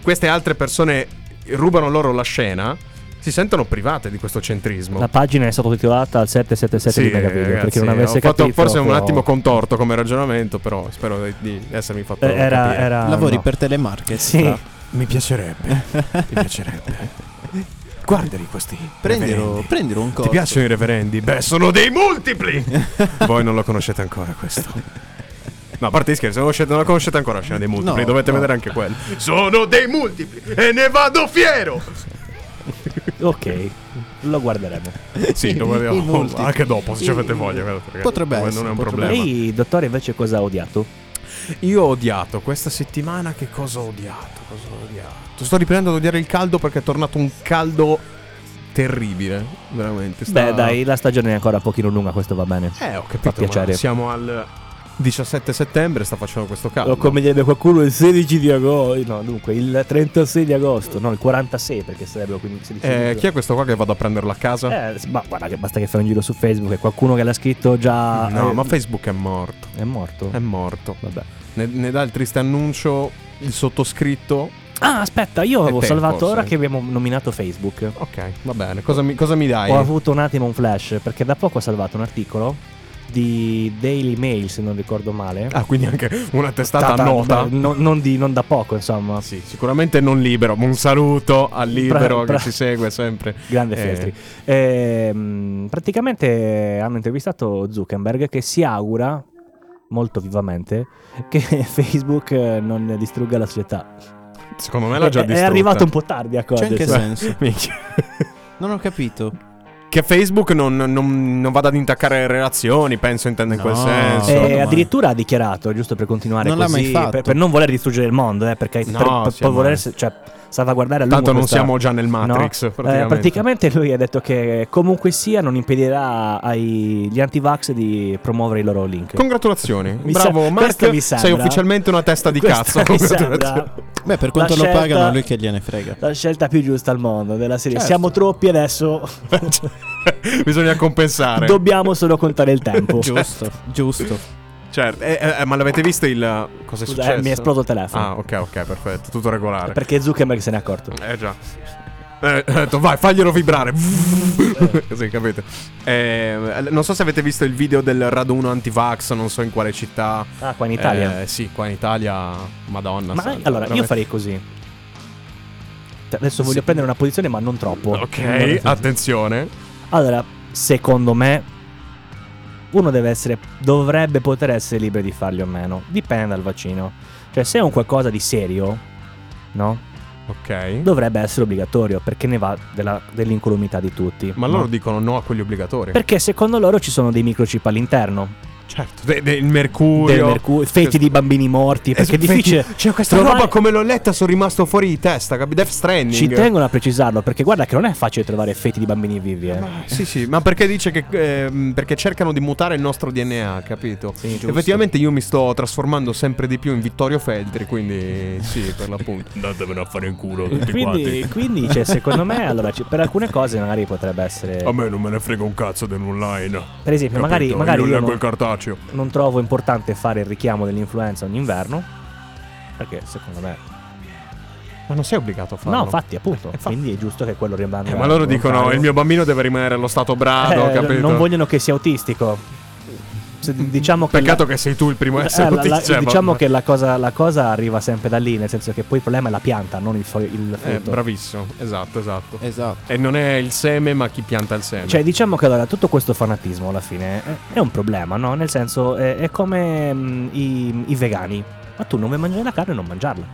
queste altre persone rubano loro la scena, si sentono private di questo centrismo. La pagina è sottotitolata al 777 Sì, di Megavideo ragazzi, perché non avesse ho fatto capito. forse un però- attimo contorto come ragionamento, però spero di, di essermi fatto Eh, era, capire. era Lavori no. per telemarket. Sì. tra- Mi piacerebbe, mi piacerebbe. Guardali questi. Prendilo, reverendi. prendilo un Ti corso. piacciono i reverendi? Beh, sono dei multipli! Voi non lo conoscete ancora questo. No, a parte gli scherzi, se non lo conoscete- non lo conoscete ancora la scena dei multipli, No, dovete no. vedere anche quello. Sono dei multipli e ne vado fiero! Ok, lo guarderemo. Sì, lo I vediamo multipli. anche dopo, se ci avete voglia. perché Potrebbe non essere, è un potrebbe problema. Lei, dottore, invece cosa ha odiato? Io ho odiato questa settimana che cosa ho odiato? Cosa ho odiato? Sto riprendendo ad odiare il caldo perché è tornato un caldo terribile, veramente. Sta- Beh, dai, la stagione è ancora un pochino lunga, questo va bene. Eh, ho capito. piacere. ma siamo al 17 settembre, sta facendo questo caldo. O come direbbe qualcuno il 16 di agosto, no, dunque il 36 di agosto, no, il 46 perché sarebbe quindi il 16 di Eh, agosto. chi è questo qua che vado a prenderlo a casa? Eh, s- ma guarda che basta che fai un giro su Facebook e qualcuno che l'ha scritto già no, eh, ma Facebook è morto. è morto. È morto. Vabbè. Ne, ne dà il triste annuncio il sottoscritto. Ah, aspetta, io È avevo te, salvato forse. ora che abbiamo nominato Facebook. Ok, va bene. Cosa mi, cosa mi dai? Ho avuto un attimo un flash perché da poco ho salvato un articolo di Daily Mail, se non ricordo male. Ah, quindi anche una testata Tata- nota. beh, no- non, di- non da poco, insomma. Ah, Sì, sicuramente non libero. Un saluto al libero Bra- bra- che ci segue sempre. Grande Eh, Feltri. Ehm, praticamente hanno intervistato Zuckerberg che si augura molto vivamente che Facebook eh, non distrugga la società. Secondo me l'ha già È- è, distrutta. arrivato un po' tardi ecco, a C'è anche cogliere. senso. Minchia. Non ho capito. Che Facebook non, non- non vada ad intaccare relazioni, penso intenda in quel No. senso. Eh, Secondo me. addirittura ha dichiarato, giusto per continuare Non l'ha così, mai fatto. per, per non voler distruggere il mondo, eh, perché No, per- per, sì, ma- voler- cioè, salvaguardare a lungo Tanto non questa- siamo già nel Matrix, No? Eh, praticamente. praticamente lui ha detto che comunque sia non impedirà agli anti-vax di promuovere i loro link. Congratulazioni, Mi sa- bravo questo Mark, mi sei sembra- ufficialmente una testa di Questa cazzo. mi Congratulazioni. sembra Beh, per quanto La lo scelta- pagano, lui che gliene frega. La scelta più giusta al mondo della serie. Certo. Siamo troppi adesso. Cioè, Certo. Bisogna compensare. Dobbiamo solo contare il tempo. Giusto, giusto. Certo, eh, eh, ma l'avete visto il... Cosa è Scusa, eh, successo? mi è esploso il telefono. Ah, ok, ok, perfetto, tutto regolare. Perché Zuckerberg se n'è accorto. Eh già. Eh, ho detto, vai, faglielo vibrare. Così, capite? Eh, non so se avete visto il video del raduno anti-vax, non so in quale città. Ah, qua in Italia. Eh, sì, qua in Italia. Madonna. ma santa, allora, io veramente. farei così. Cioè, Adesso voglio prendere una posizione, ma non troppo. Ok, attenzione. Allora, secondo me. Uno deve essere. Dovrebbe poter essere libero di farli o meno. Dipende dal vaccino. Cioè, se è un qualcosa di serio, no? Ok. Dovrebbe essere obbligatorio, perché ne va della- dell'incolumità di tutti. Ma no? loro dicono no a quelli obbligatori. Perché secondo loro ci sono dei microchip all'interno. certo. De- del mercurio. del mercurio, feti di bambini morti. Eh, Perché è feti- difficile. Cioè, questa trovare- roba come l'ho letta sono rimasto fuori di testa, capi? Death Stranding. Ci tengono a precisarlo, perché guarda che non è facile trovare feti di bambini vivi. Eh. Ma- Sì, sì, ma perché dice che. ehm, perché cercano di mutare il nostro DNA, capito? giusto. Effettivamente io mi sto trasformando sempre di più in Vittorio Feltri, quindi sì, per l'appunto. Andatevene a fare in culo tutti Quindi, quindi, cioè, secondo me, allora, ci- per alcune cose magari potrebbe essere. me non me ne frega un cazzo dell'online. Per esempio, magari, magari io non, cartaceo. non trovo importante fare il richiamo dell'influenza ogni inverno. Perché secondo me. Ma non sei obbligato a farlo. No, infatti, appunto. Quindi è giusto che quello rimanga. Eh, ma loro dicono: volontario. il mio bambino deve rimanere allo stato brado, Eh, Ah, capito? Non vogliono che sia autistico. Se d- diciamo che Peccato la- che sei tu il primo a Eh, essere la- la- autista, diciamo ma- che la cosa, la cosa arriva sempre da lì, nel senso che poi il problema è la pianta, non il, fo- il Eh, frutto. bravissimo, esatto, esatto. Esatto. E non è il seme, ma chi pianta il seme. Cioè, diciamo che allora tutto questo fanatismo alla fine è, è un problema, no? Nel senso, è, è come mm, i, i vegani. Ma tu non vuoi mangiare la carne, non mangiarla,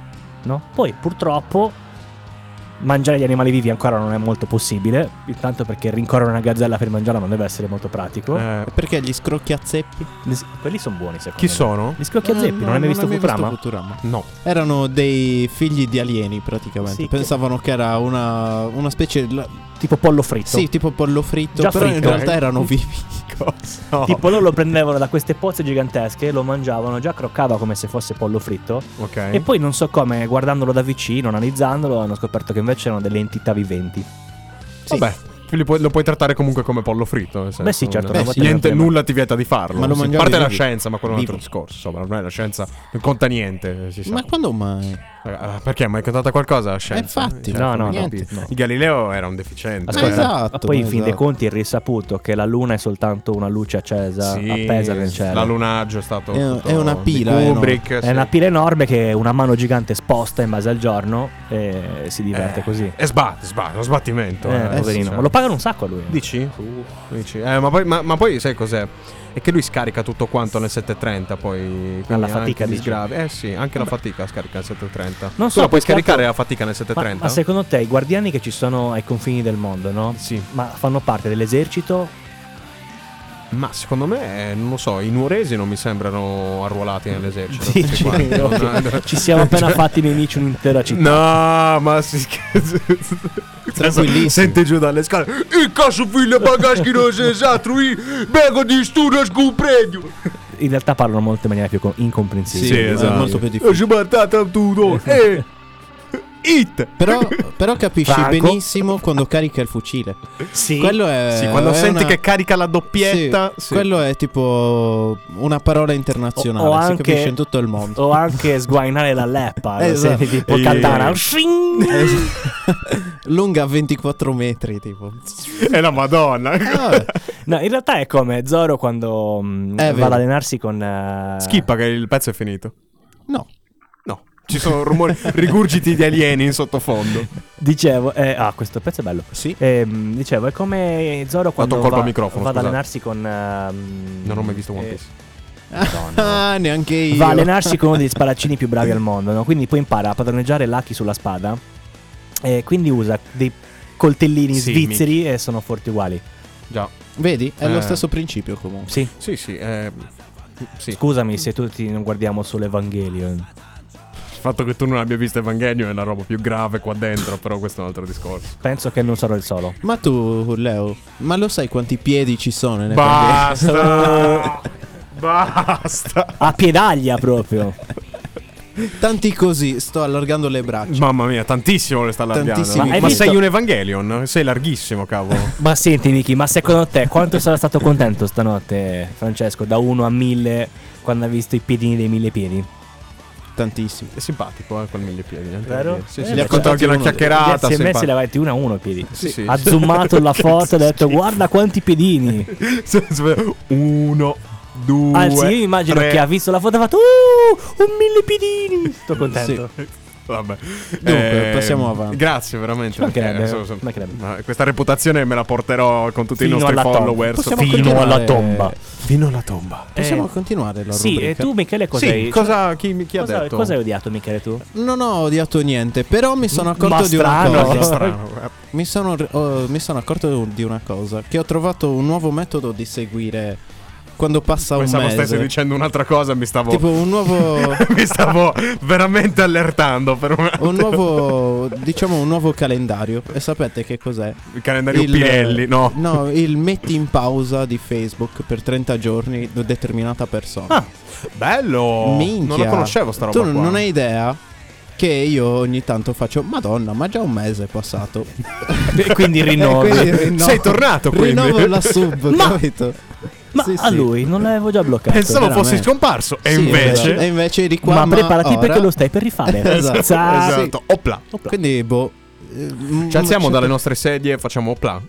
no? Poi, purtroppo, mangiare gli animali vivi ancora non è molto possibile, intanto perché rincorrere una gazzella per mangiarla non deve essere molto pratico. Eh, Perché gli scrocchiazzeppi? Quelli sono buoni, secondo chi me. sono? Gli scrocchiazzeppi, Eh, Eh, non hai mai no, visto Futurama? Futurama? No. Erano dei figli di alieni Sì, praticamente. che- Pensavano che... era una, una specie. la- Tipo pollo fritto. Sì, tipo pollo fritto. Già però in fritto, realtà eh. erano vivi. Tipo loro lo prendevano da queste pozze gigantesche, lo mangiavano, già croccava come se fosse pollo fritto. Ok. E poi non so come, guardandolo da vicino, analizzandolo, hanno scoperto che invece erano delle entità viventi. Vabbè. tu li puoi- lo puoi trattare comunque come pollo fritto. nel senso, sì, certo, non- lo puoi niente, trattare- nulla ti vieta di farlo. Ma lo Sì, A mangiavi parte la vivi. scienza, ma quello è un altro Vivi. discorso. Insomma, ormai la scienza non conta niente. Si sa. cioè. Ma quando mai? Eh, Perché? Ma è contata qualcosa la scienza? infatti. Cioè, No, Eh, no, capito. niente. no. Il Galileo era un deficiente. Ascolta, Eh, esatto, poi in fin dei esatto. conti è risaputo che la luna è soltanto una luce accesa, sì, appesa nel cielo. L'allunaggio è stato. È- tutto è una di pila, eh, no? Kubrick, è sì. una pila enorme che una mano gigante sposta in base al giorno e si diverte Eh, così. E sbatte, sbatte, uno sbattimento. Eh, eh, poverino. cioè. Ma lo pagano un sacco a lui. eh. Dici? Dici. Eh, ma, poi, ma- ma poi sai cos'è? È che lui scarica tutto quanto nel 730 poi... quindi Alla anche fatica, gli dici? sgravi. Eh sì, anche la fatica scarica nel 730. Non tu so, la puoi più che scaricare altro- la fatica nel Ma, 730? ma secondo te i guardiani che ci sono ai confini del mondo, no? Sì. Ma fanno parte dell'esercito? Ma secondo me, eh, non lo so, i nuoresi non mi sembrano arruolati nell'esercito. Sì, tutti ci- quanti. Cioè, ok. ci siamo appena fatti nemici un'intera città. No, ma si Tranquillissimo. Sente giù dalle scale. Il caso figlio bagaschi non si esattrui. Bego esatto, di studio scumpregno. In realtà parlano molto in maniera più co- incomprensibile. Sì, è esatto. molto più difficile. Sbatata tutto. E. Eh. It. Però, però capisci Franco. benissimo quando carica il fucile. Sì. Quello è. Sì, quando Eh, è senti una- che carica la Sì, doppietta. sì. Quello è tipo una parola internazionale. O- o si anche- capisce in tutto il mondo. O anche sguainare la leppa. lo Esatto. senti tipo Eh. katana. Shing! Lunga 24 metri, tipo. è la Madonna. Vabbè. No, in realtà è come Zoro quando mh, Eh, va vero. ad allenarsi con... eh, Schippa che il pezzo è finito. No. No, ci sono rumori, rigurgiti di alieni in sottofondo. Dicevo... eh, ah, questo pezzo è bello. Sì. Ehm, dicevo, è come Zoro quando colpo va, al microfono, va ad scusate. allenarsi con... ehm, Non ho mai visto One eh, Piece. Ah, neanche io. Va a allenarsi con uno degli spadaccini più bravi al mondo, no? quindi poi impara a padroneggiare l'aki sulla spada e quindi usa dei coltellini Sì, svizzeri e sono forti uguali. Già. Vedi? È Eh. lo stesso principio comunque. Sì. Sì, sì. eh, sì. Scusami se tutti non guardiamo solo Evangelion. fatto che tu non abbia visto Evangelion è una roba più grave qua dentro, però questo è un altro discorso. Penso che non sarò il solo. Ma tu, Leo, ma lo sai quanti piedi ci sono? nel Basta! Basta! A piedaglia proprio. Tanti così, sto allargando le braccia. Mamma mia, tantissimo le sta allargando. Tantissimi. Ma, Ma hai ma visto- sei un Evangelion? Sei larghissimo, cavolo. Ma senti Vicky, ma secondo te quanto sarà stato contento stanotte Francesco da 1 a 1000 quando ha visto i piedini dei mille piedi? Tantissimi. È simpatico, eh, quel mille piedi. Vero? Sì, sì, Eh, mi ha li fatto anche una uno- chiacchierata. si è messi simpatico. davanti uno a uno i piedi. Sì, sì. Ha zoomato la foto e ha detto guarda quanti piedini. Uno, due. Anzi, Ah, io immagino tre. che ha visto la foto e ha fatto uh, un mille piedini. Sto contento. Vabbè. Ehm, Dunque, passiamo avanti. Grazie, veramente. Ci mancherebbe, perché, insomma, ci mancherebbe. ma questa reputazione me la porterò con tutti Fino i nostri alla tomba. followers. Possiamo fino, continuare- alla tomba. fino alla tomba. Possiamo Eh, continuare la Sì, rubrica? e tu Michele cosa sì, hai cosa, chi, chi ha cosa, detto? cosa hai odiato Michele tu? Non ho odiato niente, però mi sono accorto Ma di una strano, cosa. No, strano. eh. Mi sono, oh, mi sono accorto di una cosa, che ho trovato un nuovo metodo di seguire quando passa un Pensavo stessi mese. dicendo un'altra cosa, mi stavo. Tipo un nuovo mi stavo veramente allertando per un, un nuovo diciamo un nuovo calendario e sapete che cos'è? il calendario Pirelli, no. No, il metti in pausa di Facebook per 30 giorni di determinata persona. Ah, bello! Minchia. Oh. Non la conoscevo sta roba Tu qua. non hai idea che io ogni tanto faccio Madonna, ma già un mese è passato. E Eh, quindi rinnovi. E quindi rinnovo- Sei tornato, quindi. Rinnovo la sub, Ma- capito? Ma Sì, a sì. lui non l'avevo già bloccato. Pensavo veramente. fossi scomparso, e Sì, invece. E invece di qua Ma preparati ora- perché lo stai per rifare. Esatto, Za- esatto. Esatto, opla. Quindi boh eh, m- Ci alziamo c'è- dalle nostre sedie e facciamo opla.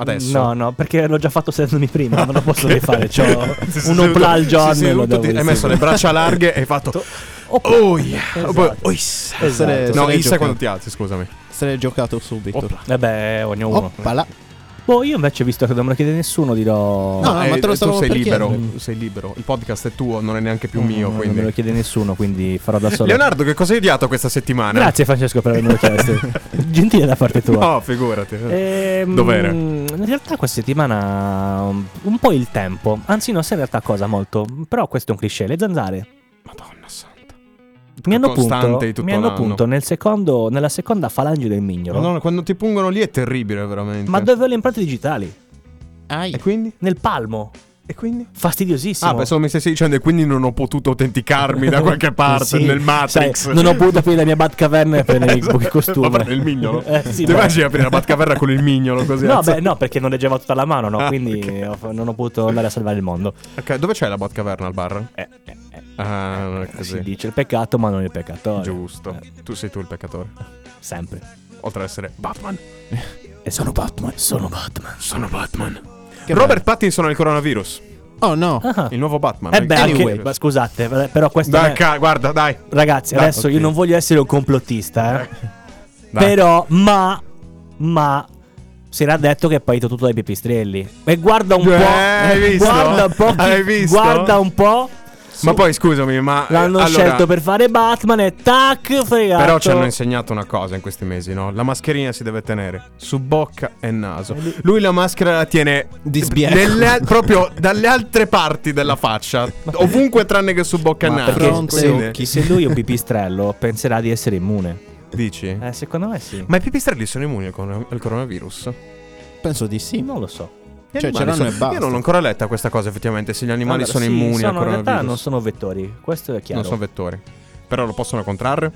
Adesso. No, no, perché l'ho già fatto sedendomi prima, non lo posso rifare. C'ho Sì, sì, un sì, opla al sì, giorno. sì, e lo tu devo ti- hai rifare. messo le braccia larghe e hai fatto. Opla. Oh, yeah. Esatto. Poi, oh, is. Essere- No, sarei Issa giocato. quando ti alzi, scusami. Se l'è giocato subito. Opla. Vabbè, ognuno. Oppala. Boh, io invece, visto che non me lo chiede nessuno, dirò. No, no, ma te lo eh, tu stavo sei per libero, chiedere. tu sei libero. Il podcast è tuo, non è neanche più No, mio, no, quindi. Eh, Non me lo chiede nessuno, quindi farò da solo. Leonardo, che cosa hai odiato questa settimana? Grazie, Francesco, per avermelo chiesto. Gentile da parte tua. No, figurati. Ehm, Dov'era? In realtà questa settimana um, un po' il tempo, anzi non so in realtà cosa molto, però questo è un cliché, le zanzare. Madonna santa. Mi hanno punto, Costante tutto mi hanno l'anno. punto nel secondo, nella seconda falange del mignolo, Madonna, quando ti pungono lì è terribile, veramente. ma dove ho le impronte digitali? Ai. E quindi? Nel palmo, E quindi? fastidiosissimo. Ah, pensavo mi stessi dicendo e quindi non ho potuto autenticarmi da qualche parte Sì, nel Matrix. sai, non ho potuto aprire la mia Batcaverna e prendere il il costume. Vabbè, il mignolo. Eh, Ti sì, beh. immagini aprire la batcaverra con il mignolo così? No, alza- beh, no, perché non leggeva tutta la mano, no, Ah, quindi ho fa- non ho potuto andare a salvare il mondo. Ok, dove c'è la batcaverna al bar? Eh, eh, eh, Ah, non è si così. dice il peccato, ma non il peccatore. Giusto. Eh, Tu sei tu il peccatore. sempre. Oltre ad essere Batman. E sono Batman, sono Batman. Sono Batman. Che Robert Pattinson ha il coronavirus. bello. Oh no. Ah. Il nuovo Batman. Eh beh, anche- Anyway. ma scusate, eh, però questo non Dai, è- ca- guarda, dai. ragazzi, Dai, adesso ok. io non voglio essere un complottista, eh. Dai. Però ma ma si era detto che è parito tutto dai pipistrelli. E guarda un Eh, po', hai visto? guarda un po', chi- Hai visto? guarda un po'. Ma poi scusami, ma eh, L'hanno allora, scelto per fare Batman e tac, fregato. Però ci hanno insegnato una cosa in questi mesi, no? La mascherina si deve tenere su bocca e naso. Eh, Lui la maschera la tiene Di sbieco. nelle- proprio dalle altre parti della faccia, ovunque tranne che su bocca e Ma naso. perché Fronte, se, Quindi- occhi. se lui è un pipistrello penserà di essere immune. Dici? Eh, secondo me sì. Ma i pipistrelli sono immuni al, corona- al coronavirus? Penso di sì. non lo so. Gli Cioè, animali ce l'hanno sono- e basta. Io non ho ancora letta questa cosa, effettivamente. Se gli animali Allora, sono sì, immuni al sono- in coronavirus, realtà non sono vettori, questo è chiaro. non sono Non, vettori. Però lo possono contrarre?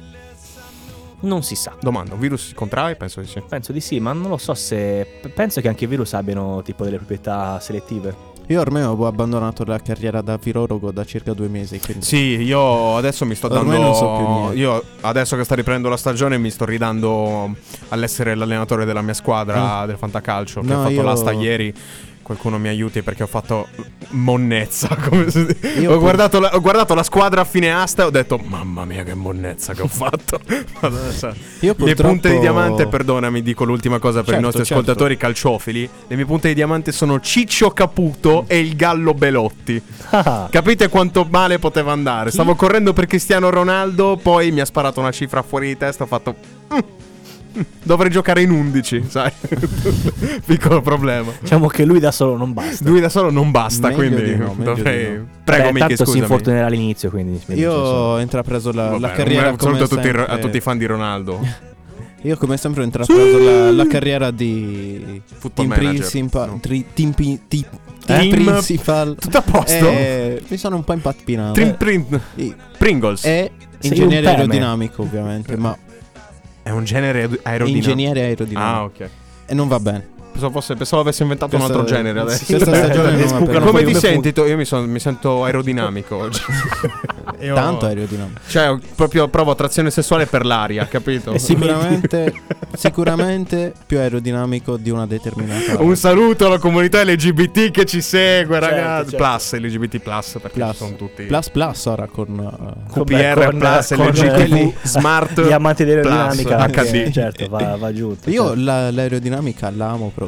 si sa. Domanda, un virus si contrae? Penso di sì. Penso di sì, ma non lo so se. p- Penso che anche i virus abbiano tipo delle proprietà selettive. Io ormai ho abbandonato la carriera da virologo da circa due mesi. Quindi... Sì, io adesso mi sto dando. Ormai non so più niente. Io adesso che sta riprendendo la stagione mi sto ridando all'essere l'allenatore della mia squadra del fantacalcio. Che Mm. No, ho fatto io- l'asta ieri. Qualcuno mi aiuti perché ho fatto monnezza. Come si dice. Io ho, pur- guardato la, ho guardato la squadra a fine asta e ho detto: Mamma mia, che monnezza che ho fatto. Madonna, sa- Io Le purtroppo- punte di diamante, perdonami, dico l'ultima cosa per Certo, i nostri certo. ascoltatori calciofili. Le mie punte di diamante sono Ciccio Caputo e il Gallo Belotti. Capite quanto male poteva andare? Stavo correndo per Cristiano Ronaldo, poi mi ha sparato una cifra fuori di testa, ho fatto... "Mm, Dovrei giocare in 11, sai? Piccolo problema. Diciamo che lui da solo non basta. Lui da solo non basta, Meglio quindi di no, meglio dovrei- di no. Prego, Beh, Michi, tanto si scusami. infortunerà all'inizio, quindi mi Io dice, insomma. ho intrapreso la, Vabbè, la un carriera saluto come a tutti, sempre. Eh, a tutti i fan di Ronaldo. Io come sempre ho intrapreso la, la carriera di Football team manager, principal, no. tri- team, pi- ti- Team- team principal. Tutto a posto? Eh, mi sono un po' impappinato. Trim- prin- I- Pringles E Sei ingegnere un peme. aerodinamico, ovviamente, ma è un genere aer- aerodinamico. ingegnere aerodinamico. Ah, ok. E non va bene. Pensavo, fosse, pensavo avesse inventato un Questa- altro genere sì, adesso. questa stagione non va Spucano bene. Come fuori ti come senti? Tu- Io mi, son- mi sento aerodinamico oggi. Io- Tanto aerodinamico. Cioè, ho- proprio provo attrazione sessuale per l'aria, capito? Eh sì. Sicuramente, sicuramente più aerodinamico di una determinata. Un saluto alla comunità LGBT che ci segue, Certo, ragazzi. certo. Plus, LGBT, plus, perché Plus. ci sono tutti. plus plus ora con eh, QPR, Vabbè, con- plus, con- LGBT, con- smart, Gli amanti dell'aerodinamica. plus, perché, HD. Certo, va, va certo. giù. Io la- l'aerodinamica la amo proprio.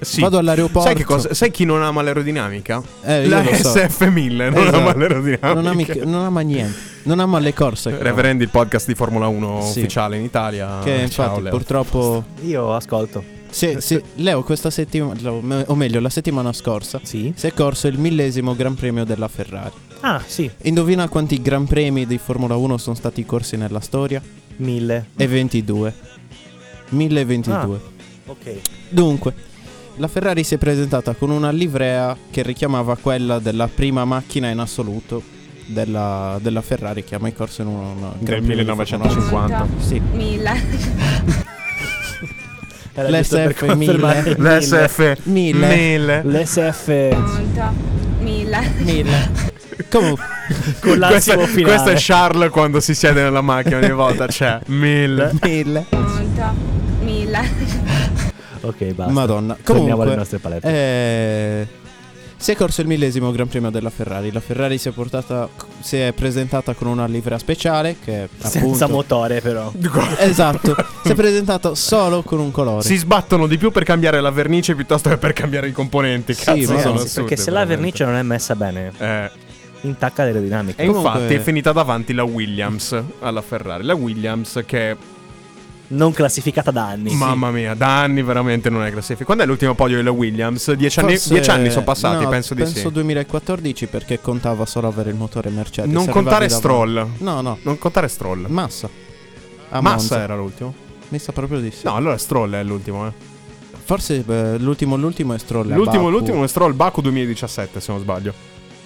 Sì. Vado all'aeroporto. Sai, che cosa- sai chi non ama l'aerodinamica? Eh, io La lo so. SF1000 non Esatto. ama l'aerodinamica. Non, ami- non ama niente. Non ama le Eh, corse. però. Reverendi, il podcast di Formula 1 Sì. ufficiale in Italia. Che infatti Ah, Ciao, Leo. Eh, purtroppo. Io ascolto. Se, se- Leo, questa settimana. O meglio, la settimana scorsa. Sì. Si è corso il millesimo Gran Premio della Ferrari. Ah, sì. Indovina quanti Gran Premi di Formula 1 sono stati corsi nella storia? Mille. E 22. Ah. 1022. Ok. Dunque, la Ferrari si è presentata con una livrea che richiamava quella della prima macchina in assoluto della, della Ferrari che ha mai corso in una, una Del Gran Premio di Formula 1. 1950. Sì. Milan. L'SF 1000. L'SF 1000. 1000. L'SF Pronto. Milan. Mille. Comunque, con Questa, l'assimo finale. questo è Charles quando si siede nella macchina ogni volta, cioè, c'è 1000. mille. Pronto. Milan. Ok, basta. Madonna. Torniamo Comunque, alle nostre palette. Eh, si è corso il millesimo Gran Premio della Ferrari. La Ferrari si è, portata, si è presentata con una livrea speciale che Senza appunto, motore, però. Esatto, si è presentata solo con un colore. Si sbattono di più per cambiare la vernice piuttosto che per cambiare i componenti. Sì, Cazzo, ma sono sì, assurde, perché se la veramente. vernice non è messa bene, Eh, intacca l'aerodinamica. e Comunque- infatti è finita davanti la Williams alla Ferrari. La Williams che, Non classificata da anni. mamma mia, da anni veramente non è classificata. Quando è l'ultimo podio della Williams? Dieci anni, Forse- dieci anni sono passati, no, penso di Penso sì. 2014 perché contava solo avere il motore Mercedes. Non Arrivavi contare davanti. Stroll. No, no, Non contare Stroll. Massa. A Massa Monza. era l'ultimo. Mi sa proprio di sì. No, allora Stroll è l'ultimo. eh. Forse eh, l'ultimo, l'ultimo è Stroll. a L'ultimo, Baku. l'ultimo è Stroll Baku 2017, se non sbaglio.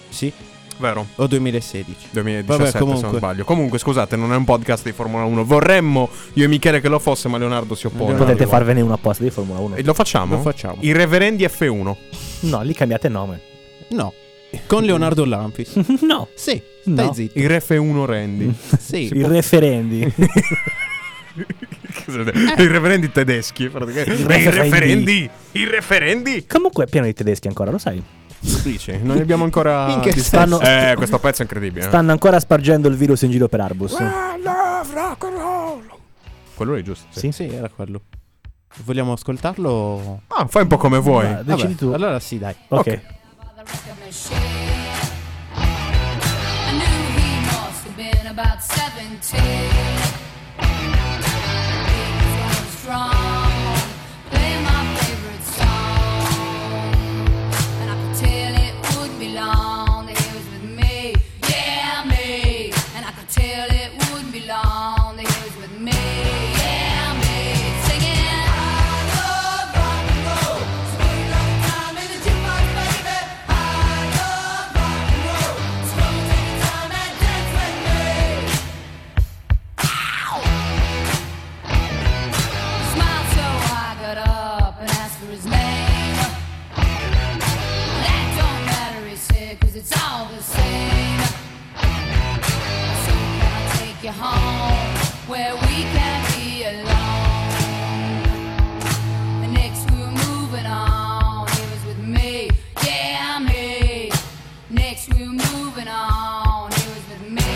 Sì, Vero. o 2016. 2017 Vabbè, comunque. se non sbaglio. Comunque, scusate, non è un podcast di Formula 1. Vorremmo io e Michele che lo fosse, ma Leonardo si oppone. Leonardo. Potete Arrivo. farvene una apposta di Formula 1. E lo facciamo? Lo facciamo. I reverendi F1. No, lì cambiate nome. No, con Leonardo Lampis. no. Sì, No. stai zitto. I F1 Randy. Sì, I referendi. I reverendi tedeschi. praticamente. I I referendi. referendi. I referendi. Comunque è pieno di tedeschi ancora, lo sai? Eh. Dici, non ne abbiamo ancora. In che discusso. senso? Eh, questo pezzo è incredibile. eh. Stanno ancora spargendo il virus in giro per Arbus. Ah. Quello è giusto. sì. Sì. Sì, era quello. Vogliamo ascoltarlo? Ah, fai un po' come vuoi. Ah, Decidi Vabbè, tu. Allora sì, dai. Ok. I knew he must have been about 17. He was strong, play my favorite song. And I could tell it wouldn't be long that he was with me, yeah, me. And I could tell it wouldn't be long that he was with me, yeah, me. Singing, I love rock and roll. So put it on the time in the jukebox, baby. I love rock and roll. So come and take your time and dance with me. He smiled so I got up and asked for his name. That don't matter, he said, 'cause it's all the same. So can I take you home where we can be alone? And next we're moving on. He was with me, yeah, me. Next we're moving on. He was with me,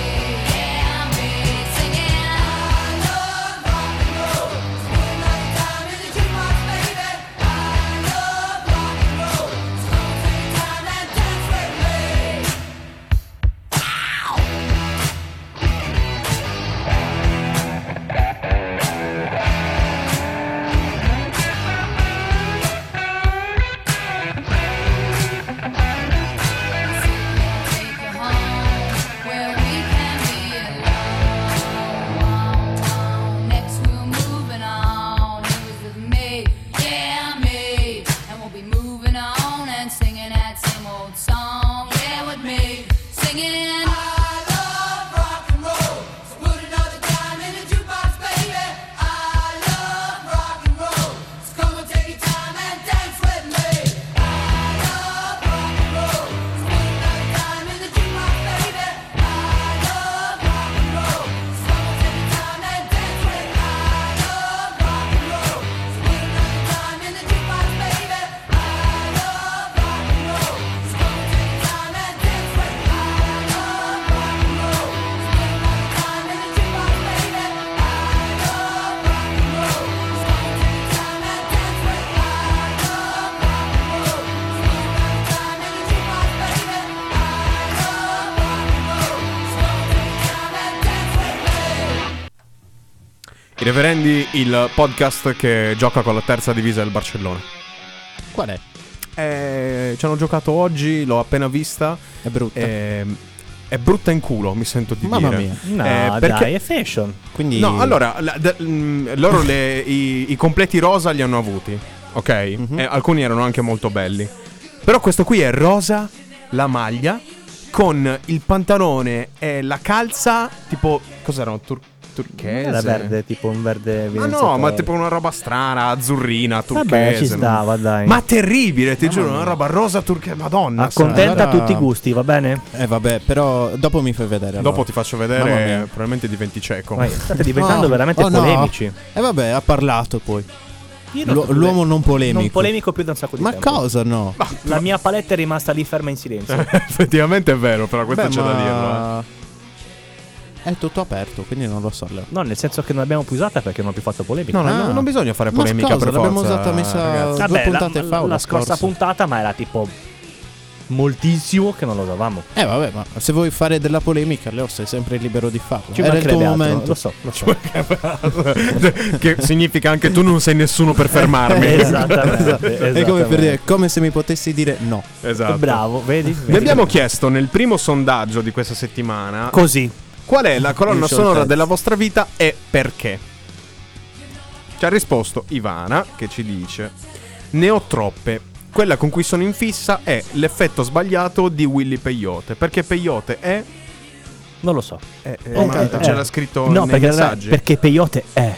yeah, me. Singing, I love rock and roll. So put another dime in the jukebox, baby. I love rock and roll. So come and take your time and dance with me. I Reverendi, il podcast che gioca con la terza divisa del Barcellona. Qual è? Eh, ci hanno giocato oggi, l'ho appena vista. È brutta. Ehm, è brutta in culo, mi sento di Mamma dire. mia. No, Eh, perché- dai, è fashion. Quindi No, allora, la- da- mm, loro le- i, i completi rosa li hanno avuti, ok? Mhm. E alcuni erano anche molto belli. Però questo qui è rosa, la maglia, con il pantalone e la calza, tipo, cos'erano? Tur- turchese? Era verde, tipo un Ma Eh, verde Ah, no, evidenziatore. ma tipo una roba strana, azzurrina, turchese. Vabbè, ci no? stava, dai. Ma terribile, ti giuro, una roba rosa turchese, madonna. sai. Accontenta Allora- tutti i gusti, va bene? Eh vabbè, però dopo mi fai vedere. Dopo allora. ti faccio Mamma vedere, mia. probabilmente diventi cieco. Vai, state diventando No. veramente Oh, no. polemici. Eh vabbè, ha parlato poi. Io non L'u- so- l'uomo non polemico. Non polemico diciamo. più da un sacco di Ma tempo. cosa no? La mia paletta è rimasta lì ferma in silenzio. Effettivamente è vero, però questo Beh, c'è da dirlo. eh. ma- È tutto aperto, quindi non lo so. allora. No, nel senso che non l'abbiamo più usata perché non ho più fatto polemica. No, no, Ah. non bisogna fare Ma polemica cosa? per L'abbiamo forza, usata messa- ragazzi. due puntate la, fa o la la scorsa scorsa? puntata, ma era tipo moltissimo che non lo usavamo. Eh vabbè, ma se vuoi fare della polemica, Leo, sei sempre libero di farlo. Ci Era il tuo mancherebbe altro, momento. Lo so, lo so. che significa anche tu non sei nessuno per fermarmi. Esattamente, È come per esattamente. dire, come se mi potessi dire no. Esatto. Bravo, vedi? Vi Vedi? abbiamo chiesto nel primo sondaggio di questa settimana Così. qual è la colonna Il sonora shortezzo. della vostra vita e perché. Ci ha risposto Ivana che ci dice: Ne ho troppe. Quella con cui sono in fissa è l'effetto sbagliato di Willy Peyote. Perché Peyote è. Non lo so. è- è- Eh, ma eh, c'era eh. scritto no, nei perché, messaggi. perché Peyote è.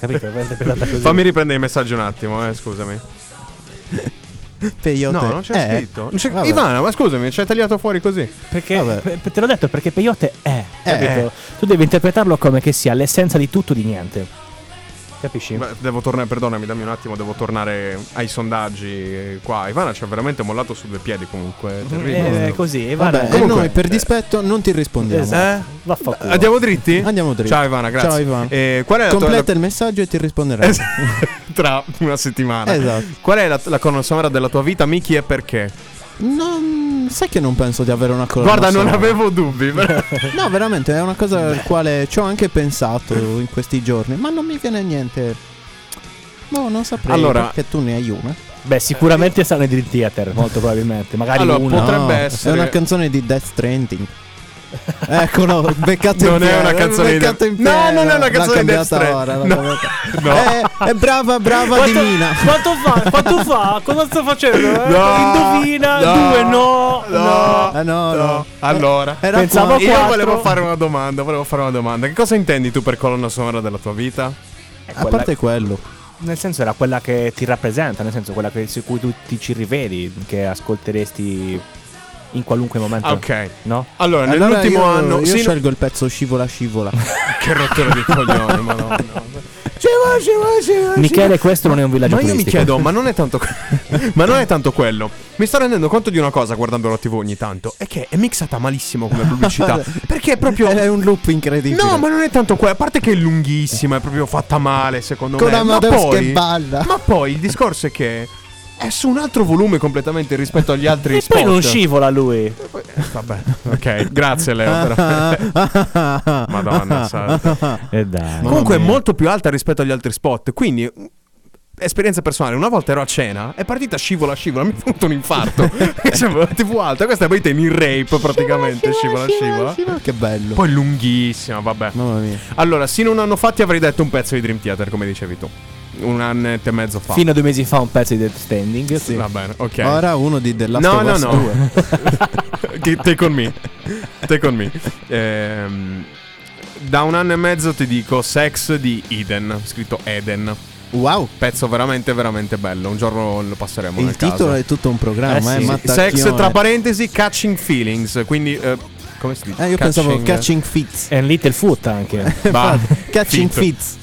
Capito? È interpretata così. Fammi riprendere i messaggi un attimo, eh, scusami. Peyote. No, non c'è Eh, scritto. Non c'è- vabbè. Ivana, ma scusami, ci hai tagliato fuori così. Perché, Vabbè. pe- pe- te l'ho detto perché peyote è. Eh. capito? Tu devi interpretarlo come che sia l'essenza di tutto di niente. Capisci? Beh, devo tornare, perdonami, dammi un attimo, devo tornare ai sondaggi eh, qua. Ivana ci ha veramente mollato su due piedi comunque. è Terribile. Eh, è così, e Vabbè, guarda. e comunque- noi per dispetto non ti rispondiamo. Esatto. Eh? Vaffanculo. Andiamo dritti? Andiamo dritti. Ciao Ivana, grazie. Ciao, Ivana. Eh, qual è la tua- Completa il messaggio e ti risponderemo. tra una settimana. Esatto. Qual è la, la colonna sonora della tua vita, Miki, e perché? Non- mm, sai che non penso di avere una colonna Guarda, non sonora. avevo dubbi. però- No, veramente, è una cosa al quale ci ho anche pensato Eh. in questi giorni, ma non mi viene niente. No, non saprei Allora- perché tu ne hai una. Beh, sicuramente saranno i Dream Theater, molto probabilmente. Magari Allora, una. potrebbe No, essere- È una canzone di Death Stranding. Eccolo, beccato in Non è pieno, una canzone di- beccato in No, pieno. non è una L'ha canzone di Death cambiata Stranding. ora, l'ha No. cambiata. No. Eh, è brava, brava di Mina. Quanto fa? Quanto fa? Cosa sto facendo? eh? No, Indovina? no, Due no. no, Eh, no, no. Allora, Era Pensavo qua- che- io quattro. volevo fare una domanda, volevo fare una domanda. Che cosa intendi tu per colonna sonora della tua vita? A parte quello. Nel senso era quella che ti rappresenta, nel senso quella che, su cui tu ti ci rivedi, che ascolteresti in qualunque momento. Ah, ok. No? Allora, nell'ultimo Allora, io- anno. io sì, no- scelgo il pezzo Scivola Scivola. Che rottura di coglioni, ma no, no. Michele, questo non è un villaggio Ma io mi turistico. chiedo, ma non è tanto que- ma non è tanto quello. Mi sto rendendo conto di una cosa guardando la TV ogni tanto, è che è mixata malissimo come pubblicità, perché è proprio È un loop incredibile. No, ma non è tanto quello, a parte che è lunghissima, è proprio fatta male, secondo Con me. ma Amadeus poi che balla. Ma poi il discorso è che è su un altro volume completamente rispetto agli altri E spot. poi non scivola lui. Eh, Vabbè. Ok, grazie Leo Ah, però. Madonna, santa. E dai. Eh, Comunque è molto più alta rispetto agli altri spot, quindi mh, esperienza personale, una volta ero a cena, è partita scivola scivola, mi è venuto un infarto. Che Sembrava la TV alta, questa è partita in rape praticamente, scivola scivola. Che bello. Poi lunghissima, vabbè. Mamma mia. Allora, sino a un anno fa ti avrei detto un pezzo di Dream Theater, come dicevi tu. Un anno e mezzo fa. Fino a due mesi fa un pezzo di Death Standing. Va bene, ok. Ora uno di The Last No, of no, Us no. 2. Che- Take on me. Take on me. Ehm, da un anno e mezzo ti dico Sex di Eden, scritto Eden. Wow. Pezzo veramente, veramente bello. Un giorno lo passeremo nel Il titolo caso. è tutto un programma, Eh, eh, sì. mattacchione. Sex tra parentesi Catching Feelings. Quindi, eh, come si dice? Eh, io pensavo Catching Fits. E Little Foot anche. Va. Catching Fit. Fits.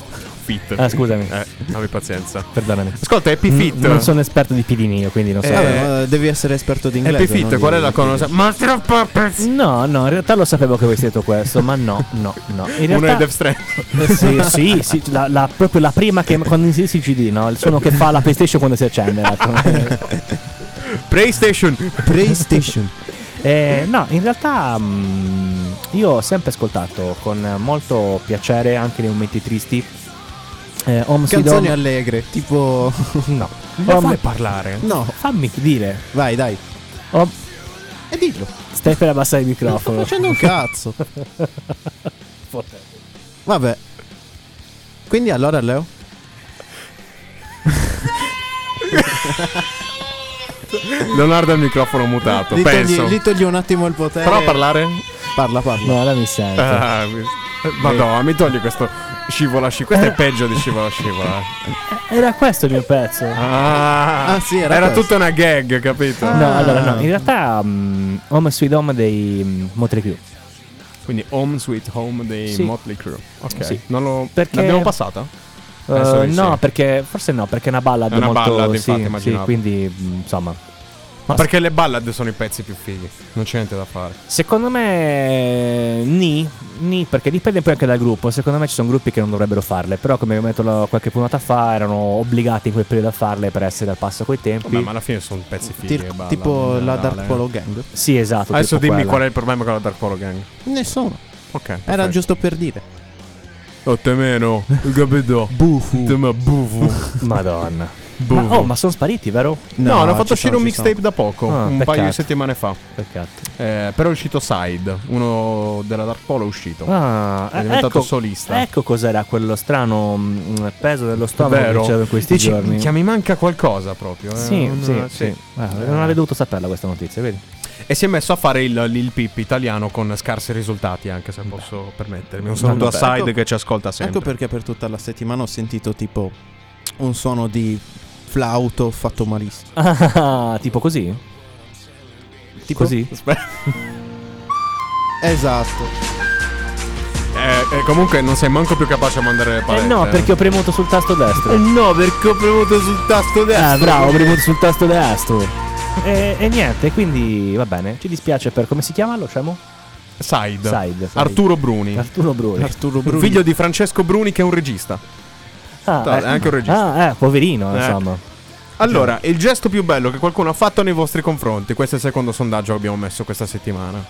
Fit. Ah, scusami. Eh, abbi pazienza. Perdonami. Ascolta, Happy N- Fit. non sono esperto di pidini io, quindi non so. Eh, Vabbè, ma devi essere esperto di inglese. Happy Fit, non qual di- è la cosa? Ma troppo pezzi. No, no, in realtà lo sapevo che avresti detto questo, ma no, no, no. In Uno è realtà, Death Stranding. Eh, sì, sì, sì, la, la- proprio la prima che quando inserisci il CD, no? Il suono che fa la PlayStation quando si accende. ecco. l'altro. PlayStation. PlayStation. Eh, no, in realtà mm, io ho sempre ascoltato con molto piacere anche nei momenti tristi Eh, Home Sweet Canzoni Home- allegre, tipo... No. Non Home- fai parlare. Oh. no, Fammi dire. vai, dai. Home- E dillo. Stai per abbassare il Sto microfono. facendo un cazzo. Vabbè. Quindi allora, Leo? Leonardo ha il microfono mutato, Gli penso. togli, gli togli un attimo il potere. Prova a parlare? Parla, parla. No, ora mi sento. Ah, mi- Madonna, mi togli questo scivola scivola. Eh. Questo è peggio di scivola scivola. Era questo il mio pezzo. Ah, Ah, sì, era questo. tutta una gag, capito? No, allora no, in realtà mm, Home Sweet Home dei mm, Motley Crue. Quindi Home Sweet Home dei Sì. Motley Crue. Ok. Sì. Non lo... Perché- L'abbiamo passata? Penso Eh, di no, sì. perché forse no, perché è una ballad È una molto ballad, sì, infatti, sì, immaginavo. quindi mm, insomma. Ma perché le ballad sono i pezzi più fighi. Non c'è niente da fare. Secondo me ni, ni, perché dipende poi anche dal gruppo. Secondo me ci sono gruppi che non dovrebbero farle, però come abbiamo detto la- qualche puntata fa erano obbligati in quel periodo a farle per essere al passo coi tempi. Vabbè, ma alla fine sono pezzi fighi. Ti- e ballad, tipo in la generale. Dark Polo Gang? Sì, esatto. Adesso tipo dimmi quella. qual è il problema con la Dark Polo Gang. Nessuno. Ok. Era perfetto. giusto per dire. Oh, te meno. Capito? Bufu. Te me bufu. Madonna. Bufu. Ma, oh, ma sono spariti, vero? Boh. No, No, l'ho ci fatto uscire sono, un ci mixtape da poco, Ah, un paio peccato. di settimane fa. Peccato. Eh, però è uscito Side, uno della Dark Polo è uscito. Ah, È eh, diventato ecco, solista. Ecco cos'era quello strano mm, peso dello stomaco che Vero? c'era in questi Dici, giorni. minchia, mi manca qualcosa proprio. eh, Sì, non- sì, sì. Ah, non avrei dovuto saperla questa notizia, vedi? E si è messo a fare il Lil Pip italiano con scarsi risultati, anche se posso permettermi. Un saluto a Vabbè, Side ecco- che ci ascolta sempre. Ecco perché per tutta la settimana ho sentito tipo un suono di flauto fatto malissimo. Ah, tipo così? Tipo- Così? Esatto. Eh, eh, comunque non sei manco più capace a mandare le Eh palette. no, perché ho premuto sul tasto destro. no, perché ho premuto sul tasto destro. Eh, Ah, bravo, ho premuto sul tasto destro. E, e Eh, niente, quindi va bene. Ci dispiace per come si chiama lo scemo? Side. Side. Arturo Bruni. Arturo Bruni. Arturo Un Bruni. figlio di Francesco Bruni che è un regista. Ah, È anche un regista. Ah, eh, poverino, Eh. insomma. Allora, il gesto più bello che qualcuno ha fatto nei vostri confronti, questo è il secondo sondaggio che abbiamo messo questa settimana.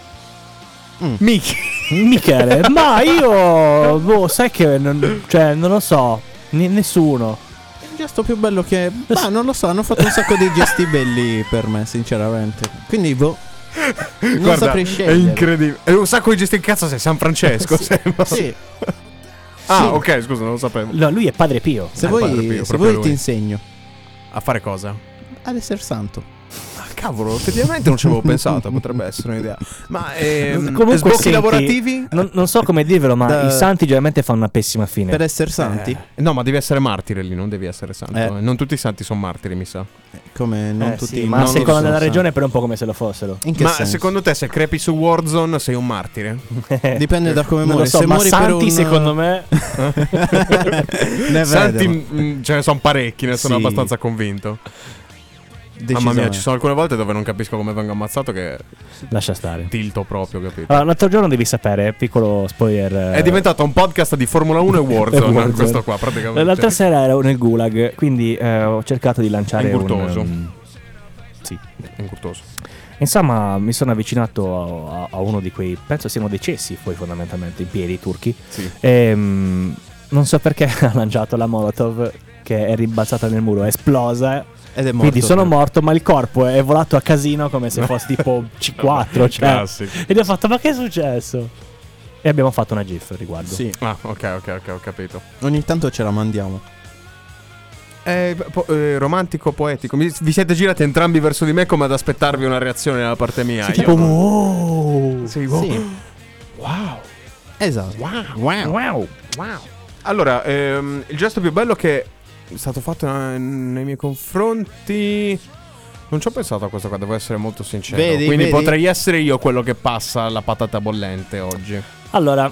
Mm. Mica. Michele, ma io. Boh, sai che. Non, cioè, non lo so. Ni- nessuno. Il gesto più bello che. Ma non lo so, hanno fatto un sacco di gesti belli per me, sinceramente. Quindi, boh. Non Guarda, saprei è scegliere. incredibile. È un sacco di gesti in cazzo sei San Francesco. sembra. Sì, Ah, sì. ok, scusa, non lo sapevo. No, lui è padre Pio. se Ah, padre Pio, vuoi, se proprio vuoi lui. ti insegno A fare cosa? ad essere santo. Ah, cavolo, effettivamente non ci avevo pensato, potrebbe essere un'idea. Ma ehm, Comunque, sbocchi senti, lavorativi? Non, non so come dirvelo, ma Da- i santi generalmente fanno una pessima fine. Per essere santi? Eh, no, ma devi essere martire lì, non devi essere santo. Eh. eh. Non tutti i santi sono martiri, mi sa. Come non Eh, tutti sì, ma non a tutti seconda sono della santi. regione, però è un po' come se lo fossero. In che ma senso? secondo te, se crepi su Warzone, sei un martire? Eh, Dipende da come Non muori. lo so, se ma muori per santi un- secondo me. ne Santi, vedo. mm, ce ne sono parecchi, ne sono Sì. abbastanza convinto. Mamma mia, ci sono alcune volte dove non capisco come vengo ammazzato che Lascia stare. tilto proprio, capito? Allora, l'altro giorno devi sapere, piccolo spoiler. Ah, eh, È diventato un podcast di Formula 1 e e Warzone, Warzone. questo qua praticamente. L'altra sera ero nel gulag, quindi eh, ho cercato di lanciare È ingurtoso. un. um, sì. È incurtoso. Insomma, mi sono avvicinato a, a uno di quei. Penso siano dei cessi, poi fondamentalmente, in piedi turchi. Sì. Ehm, non so perché ha lanciato la Molotov che è rimbalzata nel muro, è esplosa. eh. Ed è morto. Quindi sono morto, ma il corpo è volato a casino come se fosse tipo C4. Cioè. Classico. Ed ho fatto, ma che è successo? E abbiamo fatto una GIF al riguardo. Sì, Ah, ok, ok, ok, ho capito. ogni tanto ce la mandiamo. Eh, po- eh, romantico, poetico. Mi- vi siete girati entrambi verso di me come ad aspettarvi una reazione da parte mia. Tipo, wow. Sì, boh. Sì. Wow. Esatto. Wow. Wow. Wow. Allora, ehm, il gesto più bello che è stato fatto eh, nei miei confronti. Non ci ho pensato a questo qua, devo essere molto sincero. Vedi, Quindi vedi? potrei essere io quello che passa la patata bollente oggi. Allora,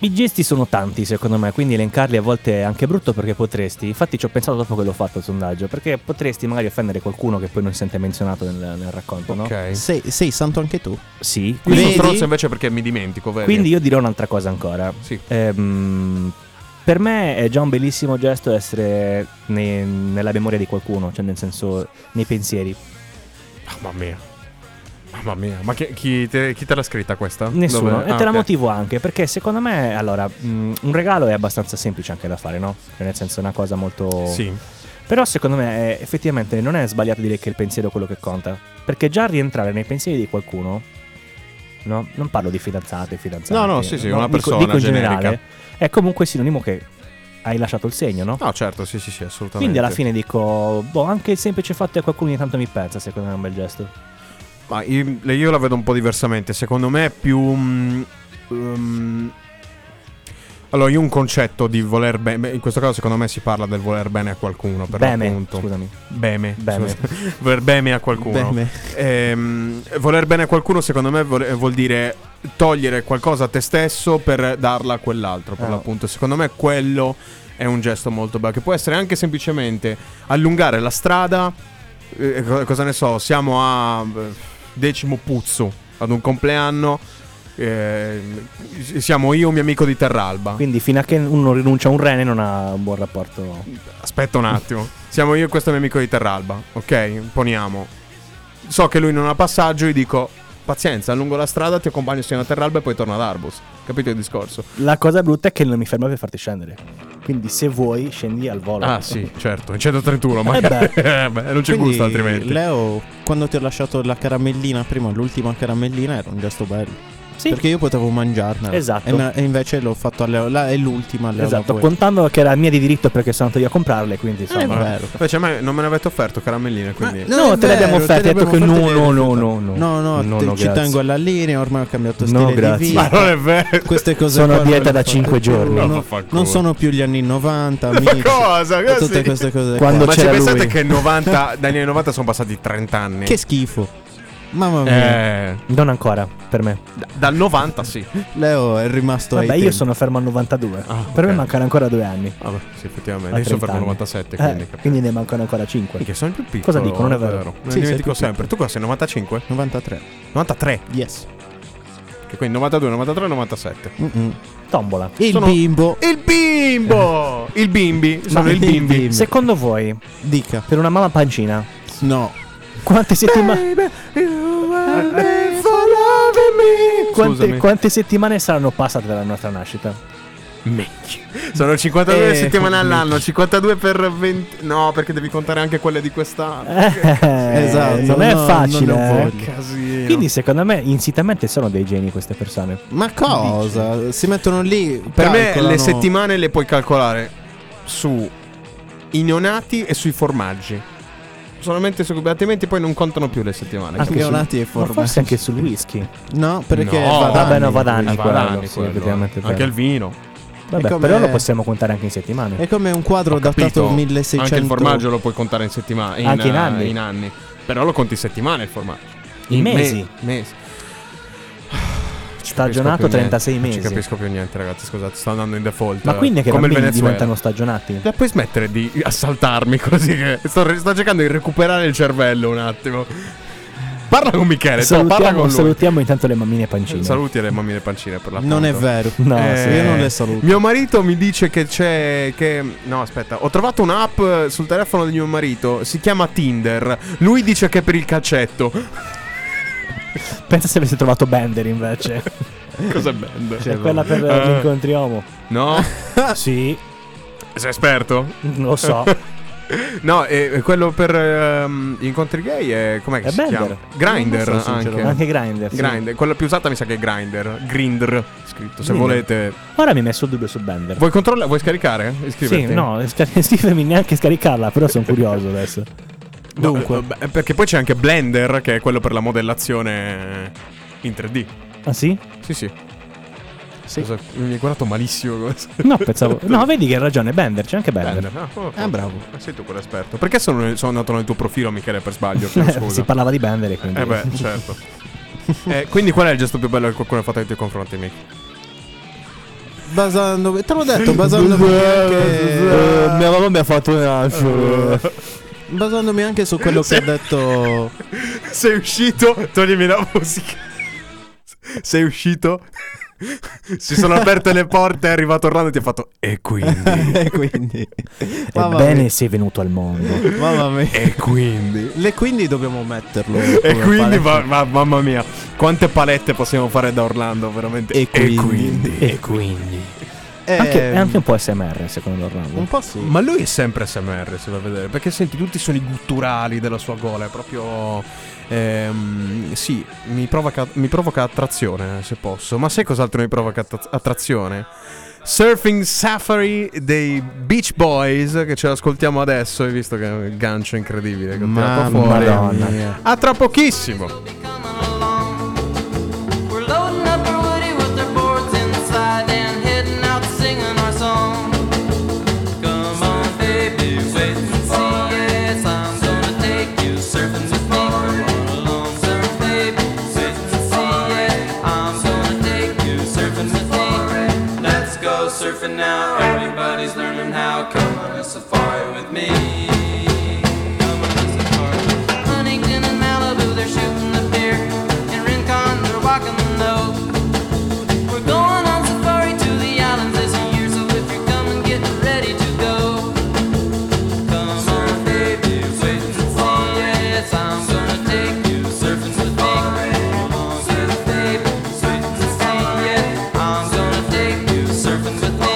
i gesti sono tanti secondo me, quindi elencarli a volte è anche brutto perché potresti, infatti ci ho pensato dopo che l'ho fatto il sondaggio, perché potresti magari offendere qualcuno che poi non si sente menzionato nel, nel racconto, no? Ok. Sei, sei santo anche tu? Sì. Qui sono Vedi? stronzo invece perché mi dimentico, vedi? Quindi io dirò un'altra cosa ancora. Sì. Ehm, per me è già un bellissimo gesto essere ne- nella memoria di qualcuno, cioè nel senso nei pensieri. Ah, mamma mia. Mamma Mamma mia, ma che- chi, te, chi te l'ha scritta questa? Nessuno. Dove- e te ah, la ok. motivo anche perché secondo me, allora, mh, un regalo è abbastanza semplice anche da fare, no? Cioè, Nel senso è una cosa molto... Sì. Però secondo me eh, effettivamente non è sbagliato dire che il pensiero è quello che conta. Perché già rientrare nei pensieri di qualcuno, no? Non parlo di fidanzato e fidanzati. No, no, sì, sì, una dico- persona Dico, in generica. generale, è comunque sinonimo che hai lasciato il segno, no? No, certo, sì, sì, sì, assolutamente. Quindi alla fine dico, boh, anche il semplice fatto che qualcuno ogni tanto mi pensa, secondo me è un bel gesto. Ma io, le- io la vedo un po' diversamente. Secondo me è più. mm, um, allora, io un concetto di voler bene. In questo caso, secondo me si parla del voler bene a qualcuno. Per Bene, l'appunto. scusami. Beme. Bene. voler bene a qualcuno. Bene. Ehm, voler bene a qualcuno, secondo me, vuol, vuol dire togliere qualcosa a te stesso per darla a quell'altro. Per Ah. l'appunto, secondo me, quello è un gesto molto bello. Che può essere anche semplicemente allungare la strada. eh, co- cosa ne so, siamo a eh, decimo puzzo ad un compleanno. ehm, siamo io, e un mio amico di Terralba. Quindi fino a che uno rinuncia a un rene non ha un buon rapporto. Aspetta un attimo. Siamo io e questo mio amico di Terralba. Ok, poniamo. So che lui non ha passaggio, gli dico. Pazienza, lungo la strada ti accompagno sino a Terralba e poi torno ad Arbus. Capito il discorso? La cosa brutta è che non mi ferma per farti scendere. Quindi se vuoi scendi al volo. certo. In 131, ma Eh beh. non ci Quindi, gusta altrimenti. Leo, quando ti ho lasciato la caramellina prima, l'ultima caramellina, era un gesto bello. Sì. Perché io potevo mangiarla. Esatto. E, me- e invece l'ho fatto a Leo. La, è l'ultima a Leo. Esatto, Napoe. contando che era mia di diritto perché sono andato io a comprarle, quindi È insomma. vero. Eh. Invece a me non me ne avete offerto caramelline, quindi. Ma- No, è te le abbiamo vero, offerte, te le hai detto abbiamo che offerte, no, no, le hai no, rifiutate. no, no, no, te- no, ci grazie. tengo alla linea, ormai ho cambiato No, stile grazie. di Ma vita. non è vero. Queste cose Sono qua a non dieta le da fate cinque più. giorni. No, Non, vaffanculo. non sono più gli anni 90, Ma amici. cosa? Cosa? Tutte queste cose. Quando- qua. Ma ci c'era pensate lui. che 90, dagli anni 90 sono passati 30 anni? Che schifo. Mamma mia. eh, Non ancora, per me. da- dal 90 sì. Leo è rimasto Vabbè, ai io tempi. sono fermo al 92. Ah, per ok. me mancano ancora due anni. Vabbè, sì, effettivamente. a Io sono 30 fermo al anni. 97, Eh, quindi quindi, capisco. ne mancano ancora 5. Minchia, sono il più piccolo. Cosa dico? Non è vero. Me ne Sì, sei dimentico più sempre. piccolo. Tu cosa sei? 95? 93. 93. Yes. Che quindi 92, 93, 97. Mm-mm. Tombola. Il Sono- bimbo. Il bimbo! il bimbi. Sono il bimbi. Secondo voi, Dica. per una mamma pancina, No. quante settimane... Eh, Quante, Scusami. quante settimane saranno passate dalla nostra nascita? Minchia. Sono 52 Eh, settimane all'anno. minchia. 52 per 20. No, perché devi contare anche quelle di quest'anno. Eh, Esatto, Non è no, facile. non lo eh. voglio. Casino. Quindi secondo me insitamente sono dei geni queste persone. Ma cosa? Si mettono lì. per me calcolano- le settimane le puoi calcolare su i neonati e sui formaggi. Solamente su altrimenti poi non contano più le settimane. Anche Capisci? neonati e Ma formaggi. forse anche sul whisky. No, perché No, va vabbè, bene no, va da anni Eh, quello, Valani, sì, quello. effettivamente cioè. è Anche vero. il vino. Vabbè, E come- però lo possiamo contare anche in settimane. È come un quadro Ho datato capito. 1600. Anche il formaggio lo puoi contare in settimane. Anche in anni. Però lo conti in settimane il formaggio. In me- mesi. mesi. Stagionato Capisco più niente. 36 Non ci mesi. capisco più niente, ragazzi. Scusate, sto andando in default. Ma quindi è che i come il bambini Venezuela. Eh, diventano stagionati? La puoi smettere di assaltarmi così che sto, sto cercando di recuperare il cervello un attimo. Parla con Michele, to, parla con Salutiamo, lui. salutiamo intanto le mammine pancine. Saluti le mammine pancine per la Non è vero. No, Eh, Ah, sì. Io non le saluto. Mio marito mi dice che c'è. Che. No, aspetta. Ho trovato un'app eh, sul telefono di mio marito. Si chiama Tinder. Lui dice che è per il calcetto. Pensa se avessi trovato Bender invece. Cos'è band? è Cioè, quella per Eh. gli incontri homo. No? Sì, Sei esperto? lo so. No, e e quello per ehm, gli incontri gay è. Com'è che È si Bender. chiama? Grinder Non so, anche. sinceramente. Anche Grindr. sì. Grinder. Quella più usata mi sa che è Grinder. Grindr. Scritto. Se Grindr. volete. Ora mi hai messo il dubbio su Bender. Vuoi controllare? Vuoi scaricare? Iscriverti. Sì, no, sca- scrivermi neanche scaricarla, però sono curioso adesso. Dunque. eh, perché poi c'è anche Blender, che è quello per la modellazione in 3D. Ah sì? Sì, sì. Sì. Cosa- mi hai guardato malissimo. No, pensavo... No, vedi che hai ragione, Bender, c'è anche Bender. Bender. Ah, oh, Ah, bravo. ma sei tu quell'esperto. Perché sono, sono andato nel tuo profilo, Michele, per sbaglio? Chiedo Eh, si scusa. parlava di Bender e quindi... eh beh, certo. Eh, quindi qual è il gesto più bello che qualcuno ha fatto nei tuoi confronti, Mick? Basandomi. Te l'ho detto, basandomi anche. Eh, Eh, mia mamma mi ha fatto un lancio. Basandomi anche su quello che ha detto. Sei uscito, toglimi la musica. Sei uscito, Si sono aperte le porte, è arrivato Orlando e ti ha fatto E quindi? e quindi... Mamma Ebbene, mia, sei venuto al mondo. Mamma mia. E quindi? Le quindi dobbiamo metterlo. E come quindi, palette. ma- ma- mamma mia, quante palette possiamo fare da Orlando, veramente? E quindi. E quindi. Eh, Anche, Ehm, è anche un po' SMR, secondo Orlando. un po' sì. Ma lui è sempre SMR, se va a vedere, perché senti tutti i suoni gutturali della sua gola, è proprio... ehm, sì, mi provoca, mi provoca attrazione, se posso. Ma sai cos'altro mi provoca att- attrazione? Surfing Safari dei Beach Boys, che ce l'ascoltiamo adesso, hai visto che è un gancio incredibile che ho tirato Mamma fuori. Madonna. mia. A tra pochissimo! We're loading up our woody with our boards inside and heading out singing our song. Come on, baby, wait and see. Yes, I'm gonna take you surfing with me. Come on along, surf, baby, wait and see. Yeah, I'm gonna take you surfing with me. Let's go surfing now. Everybody's learning how. Come on a safari with me. Come on a safari. Huntington and Malibu, they're shooting the deer. In Rincon, they're walking the log. We're going on safari to the islands this year, so if you're coming, get ready to go. Come on, baby, wait and see. Yes, I'm gonna take you surfing with me. Come on, surf, baby, wait and see. Yeah, I'm gonna take you surfing with me.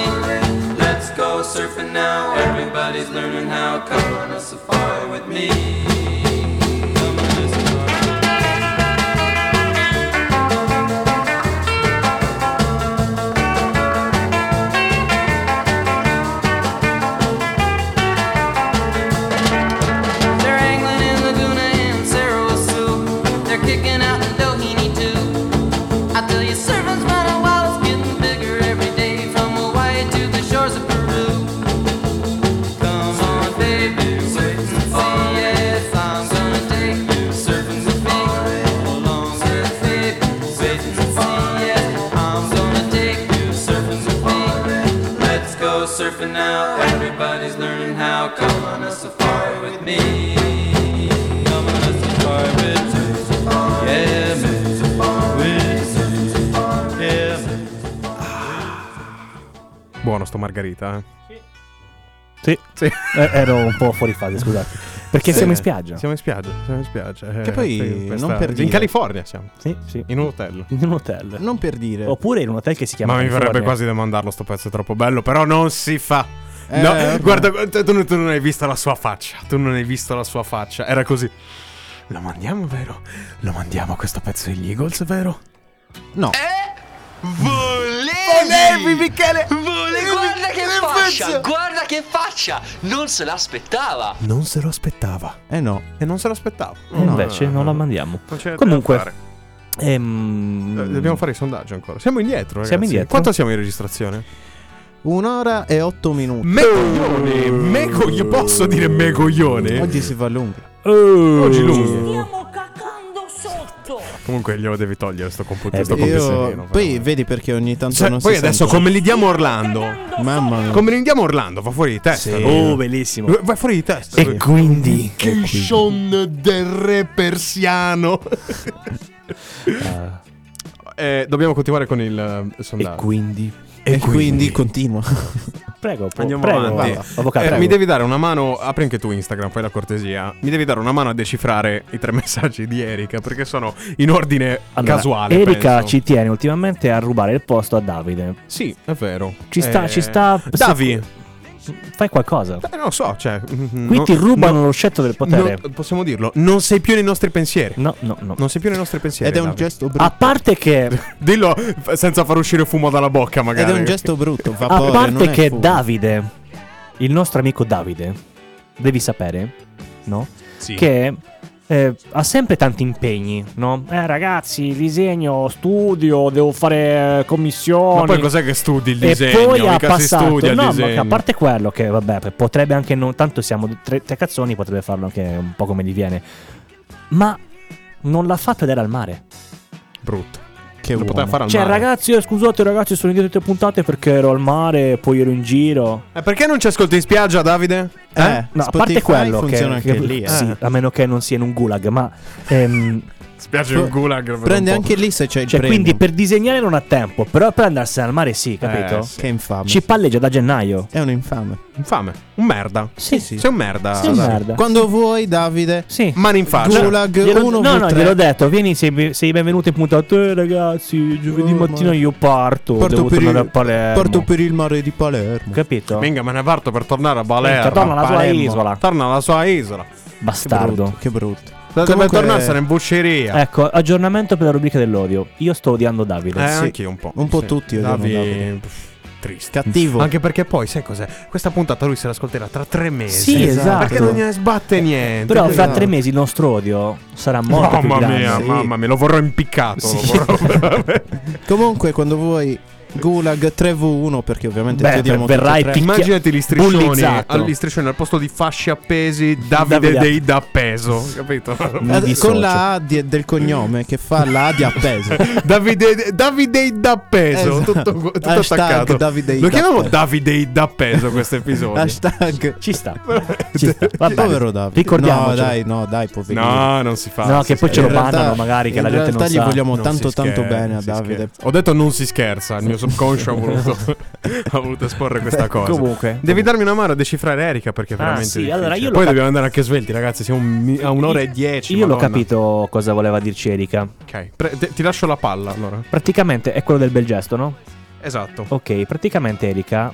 Let's go surfing now. Everybody's learning how. Come on a safari with me. Come on a safari. They're angling in Laguna and Cerro Azul. They're kicking out in Doheny too. I tell you, surfing's been a while, it's getting bigger every day. From Hawaii to the shores of Peru. Come on, baby, wait and see. Yes, I'm gonna take you surfing with me. Along with baby, wait and see. Yes, I'm gonna take you surfing with me. Let's go surfing now. Everybody's learning how. Come on a safari with me. Come on a safari with me. Yeah, me. With me. Yeah, me. Buono sto Margarita, eh. Sì. Eh, ero un po' fuori fase, scusate. Perché siamo in spiaggia. Siamo in spiaggia, siamo in spiaggia. eh, Che sì, poi, non per dire- In California siamo, Sì, sì. in un hotel. In un hotel. Non per dire. Oppure in un hotel che si chiama Ma mi verrebbe California. quasi da mandarlo sto pezzo, è troppo bello, però non si fa. Eh, no, vabbè. guarda, tu, tu- tu non hai visto la sua faccia, tu non hai visto la sua faccia, era così. Lo mandiamo, vero? Lo mandiamo questo pezzo degli Eagles, vero? No. Eh Volevi, Michele! Volevi! Guarda che faccia! Guarda che faccia! Non se l'aspettava! Non se lo aspettava. Eh no. E non se lo aspettava. E Eh, invece non la mandiamo. Non c'è Comunque, da fare. Ehm, Eh, dobbiamo fare i sondaggi ancora. Siamo indietro, ragazzi. Siamo indietro. Quanto siamo in registrazione? Un'ora e otto minuti. Me coglione, me coglione, posso dire me coglione? Oggi si fa lungo. Oggi lungo. Comunque glielo devi togliere sto computer, Eh, sto beh, computer Io... sereno, Poi però. vedi perché ogni tanto Cioè, non poi si adesso sente. come li diamo a Orlando? Mamma mia. Come li diamo a Orlando? Va fuori di testa. Oh, bellissimo. Va fuori di testa. E quindi Vacation del re persiano. Eh, dobbiamo continuare con il eh, E sondaggio. quindi e quindi, continua. Prego, po- Andiamo prego, avanti. vada, avvocato, Eh, prego. mi devi dare una mano. Apri anche tu Instagram, fai la cortesia. Mi devi dare una mano a decifrare i tre messaggi di Erika. Perché sono in ordine Allora, casuale. Erika penso. ci tiene ultimamente a rubare il posto a Davide. Sì, è vero. Ci sta- Eh, ci sta- Davi. Fai qualcosa. Eh, non lo so, cioè. Qui ti rubano lo scettro del potere. No, possiamo dirlo, non sei più nei nostri pensieri. No, no, no. Non sei più nei nostri pensieri. Ed è un Davi. gesto brutto. A parte che, Dillo f- senza far uscire fumo dalla bocca, Ed magari. è un gesto brutto. a Vapore, non parte è che fumo. Davide, il nostro amico Davide, devi sapere, no? Sì. Che eh, ha sempre tanti impegni, no? Eh ragazzi, disegno, studio, devo fare eh, commissioni. Ma poi cos'è che studi il E disegno? poi ha Mica si passato, studia no, il ma che disegno. a parte quello che vabbè, p- potrebbe anche non tanto siamo tre, tre cazzoni, potrebbe farlo anche un po' come gli viene. Ma non l'ha fatto ed era al mare. Brutto. Che Lo poteva uomo. fare al Cioè, mare. ragazzi, eh, scusate ragazzi, sono indietro tre puntate perché ero al mare, poi ero in giro. Eh, perché non ci ascolti in spiaggia, Davide? Eh, No, a Spotify parte quello che, funziona anche eh. che- lì. eh. sì, a meno che non sia in un gulag, ma ehm, Spiace un gulag. per un Prende po'. anche lì se c'è il Cioè, premio. quindi per disegnare non ha tempo, però per andarsene al mare sì, capito? Eh, sì. Che infame. Ci palleggia da gennaio. È un infame. Infame. Un merda. Sì, sì. Sei un Ah, merda. Sei un Dai. merda. Quando vuoi, Davide. Sì. Cioè, Mano in faccia. Gulag Glielo- 1 no, no, V3. gliel'ho detto. Vieni, sei, sei benvenuto in punta. Eh, ragazzi, giovedì Oh, ma- mattina io parto. Porto devo per, tornare il, a Palermo. porto per il mare di Palermo. Capito? Venga, me ne parto per tornare a Palermo. Minchia, torna alla sua Palermo. isola. Torna alla sua isola. Bastardo. Che brutto. Dovete Comunque- tornare, sarà in bucceria. Ecco, aggiornamento per la rubrica dell'odio. Io sto odiando Davide. Eh, sì. anche io un po'. Un po' Sì. tutti eh, odiano Davi- Davide. pff, Triste. Cattivo. Anche perché poi, sai cos'è? Questa puntata lui se l'ascolterà tra tre mesi. Sì, esatto. Perché non ne sbatte niente. Però Quindi- fra tre mesi il nostro odio sarà molto più Mamma grande. mia, Sì. mamma mia, lo vorrò impiccato. lo vorrò veramente. Comunque, quando vuoi, Gulag 3v1, perché ovviamente Beh, chiudiamo ver- tutti verrai e tre. picchi- Immaginati gli striscioni, bullizzato. agli striscioni al posto di fasci appesi, Davide, Davide. dei da peso, capito? Mi Ad- dissocio. Eh, con la A di- del cognome che fa la A di appeso. Davide, Davide da peso, Esatto. tutto, tutto Hashtag attaccato. Davide Lo da chiamiamo peso. Davide da peso questo episodio. Hashtag. Ci sta. Ci sta. Va bene. Povero Davide. Ricordiamoci. No, dai, no, dai, poverino. No, non si fa. No, non che si poi scherza. ce lo In realtà- mandano magari che la gente In non realtà gli sa. vogliamo Non tanto si tanto scherza, bene a non si Davide. scherza. Ho detto non si scherza, il mio subconscio ha voluto, ha voluto esporre questa cosa. Comunque. Devi darmi una mano a decifrare Erika perché è Ah, veramente sì, difficile. allora io l'ho Poi cap- dobbiamo andare anche svelti, ragazzi, siamo mi- a un'ora e dieci. Io l'ho madonna. capito cosa voleva dirci Erika. Ok, pre- te- ti lascio la palla allora. Praticamente è quello del bel gesto, no? Esatto. Ok, praticamente Erika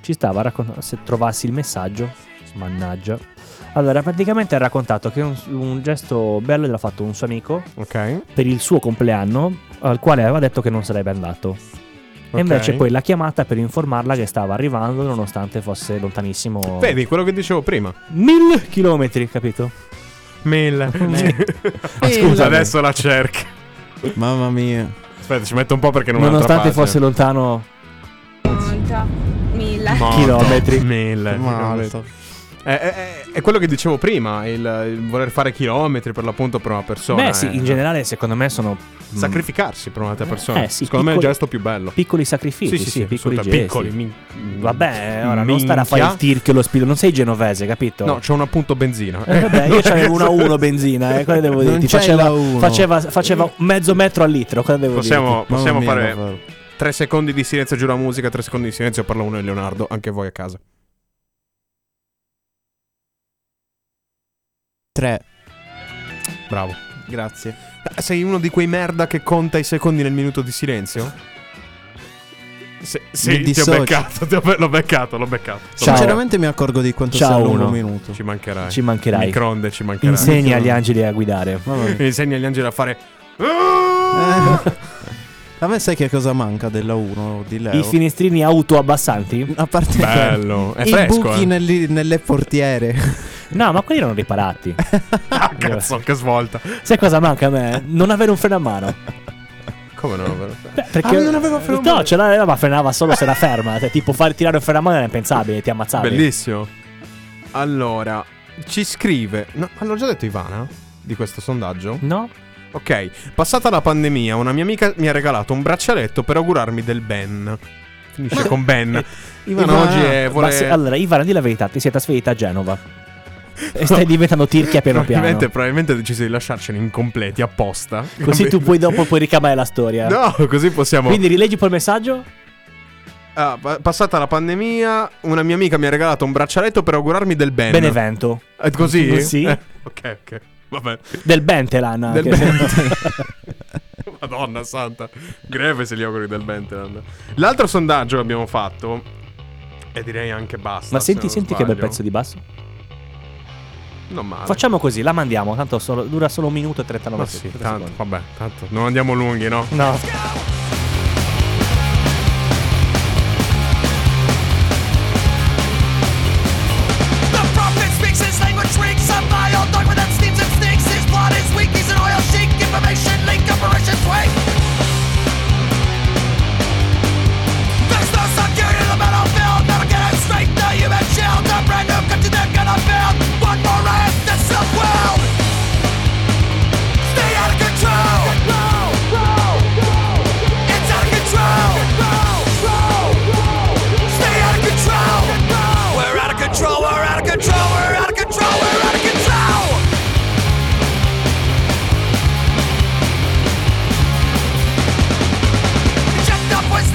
ci stava raccontando. Se trovassi il messaggio, mannaggia. Allora, praticamente ha raccontato che un, un gesto bello l'ha fatto un suo amico Ok. per il suo compleanno, al quale aveva detto che non sarebbe andato. Ok. E invece poi l'ha chiamata per informarla che stava arrivando, nonostante fosse lontanissimo. Vedi quello che dicevo prima. Mille chilometri, capito? Mille. Eh, Scusa, la- Cioè, adesso la cerchi. Mamma mia. Aspetta, ci metto un po' perché non Nonostante fosse lontano Punto. Mila. chilometri. Mille. Malto. È, è- è quello che dicevo prima, il, il voler fare chilometri per l'appunto per una persona. Beh, sì, eh. in generale, secondo me sono. mm, Sacrificarsi per un'altra persona. Eh, sì, Secondo me è il piccoli- gesto più bello. Piccoli sacrifici, sì, piccoli assolutamente. gesti. Piccoli, min- Vabbè, ora non minchia. stare a fare il tirchio e lo spillo, non sei genovese, capito? No, c'è un appunto benzina. Eh, vabbè, io c'avevo una 1 benzina, eh, cosa devo Non dirti? c'è Faceva, la uno. faceva, faceva mezzo metro al litro, cosa devo Possiamo, Mamma possiamo mia, fare davvero. tre secondi di silenzio giù la musica, tre secondi di silenzio parla uno e Leonardo, anche voi a casa. Tre. Bravo. Eh, Grazie. Sei uno di quei merda che conta i secondi nel minuto di silenzio? Se, sì, Mi ti ho dissocio. beccato, ti ho be- l'ho beccato, l'ho beccato. Ciao. Sinceramente mi accorgo di quanto Ciao, sia lungo uno. un minuto. Ci mancherai. Ci mancherai. Microonde, ci mancherai. Insegna agli angeli a guidare. Mamma mia. Insegna agli angeli a fare. Eh. Eh, A me sai che cosa manca della 1 di oh. Leo? I finestrini autoabbassanti? A parte Bello, è i fresco, buchi eh. nelle, nelle portiere. No, ma quelli erano riparati. Ah, cazzo, che svolta. Sai cosa manca a me? Non avere un freno a mano. Come no? vero? Beh, perché Ah, non avevo freno a mano. No, ce l'aveva, ma frenava solo se era ferma. Cioè, tipo, far tirare un freno a mano era impensabile, ti ammazzavi. Bellissimo. Allora, ci scrive. No, ma l'ho già detto Ivana? Di questo sondaggio? No? Ok, passata la pandemia, una mia amica mi ha regalato un braccialetto per augurarmi del Ben. Finisce con Ben. Ivana, Ivana, oggi è, Eh, vuole... eh, Ma se- allora, Ivana, di la verità, ti sei trasferita a Genova. E stai diventando tirchia piano piano. Probabilmente, probabilmente ha deciso di lasciarceli incompleti apposta. Così tu poi dopo puoi ricamare la storia. No, Eh, così possiamo. Quindi rileggi poi il messaggio? Ah, pa- passata la pandemia, una mia amica mi ha regalato un braccialetto per augurarmi del Ben. Benevento. Eh, così? Sì. Eh, ok, ok. Vabbè. Del Bentelan. anche. Del Bentelan. Madonna santa. Greve se gli auguri del Bentelan. L'altro sondaggio che abbiamo fatto. E direi anche basta. Ma senti, se non senti che bel sbaglio. pezzo di basso. Non male. Facciamo così, la mandiamo. Tanto solo- dura solo un minuto e 39 Ma sì, secondi. tanto, vabbè, tanto. Non andiamo lunghi, no? No. The prophet speaks his language shrieks A vile dog that steams and stinks His blood is weak, he's an oil sheik Information leak, operation swing There's no security in the battlefield Never get it straight, the human shield A brand new country they're gonna build One more riot, this self-will Stay out of control Something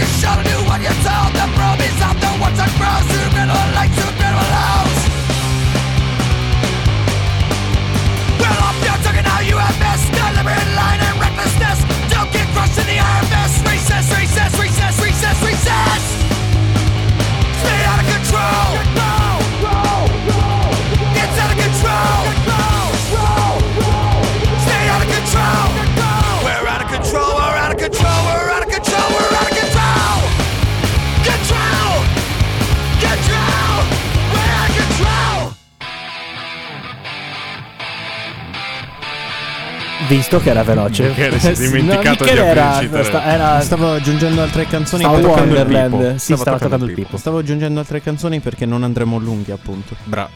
you should do when you tell the promise of the ones that grows to middle like to middle house. Well, I'm not talking how you have missed deliberate line and recklessness. Don't get crushed in the armistice. Recess, recess, recess, recess, recess. It's been out of control. It's out of control. Stay out of control. We're out of control. We're out of control. We're out of control. We're out of control. Control. Control. We're out of control. Visto che era veloce. Michele si è Sì, dimenticato Michele di era, aprirci tre. sta- era Stavo aggiungendo altre canzoni stava perché- toccando il Wonderland. pipo. Sì, Stava stava toccando toccando il il pipo. Stavo aggiungendo altre canzoni perché non andremo lunghi, appunto. Bra.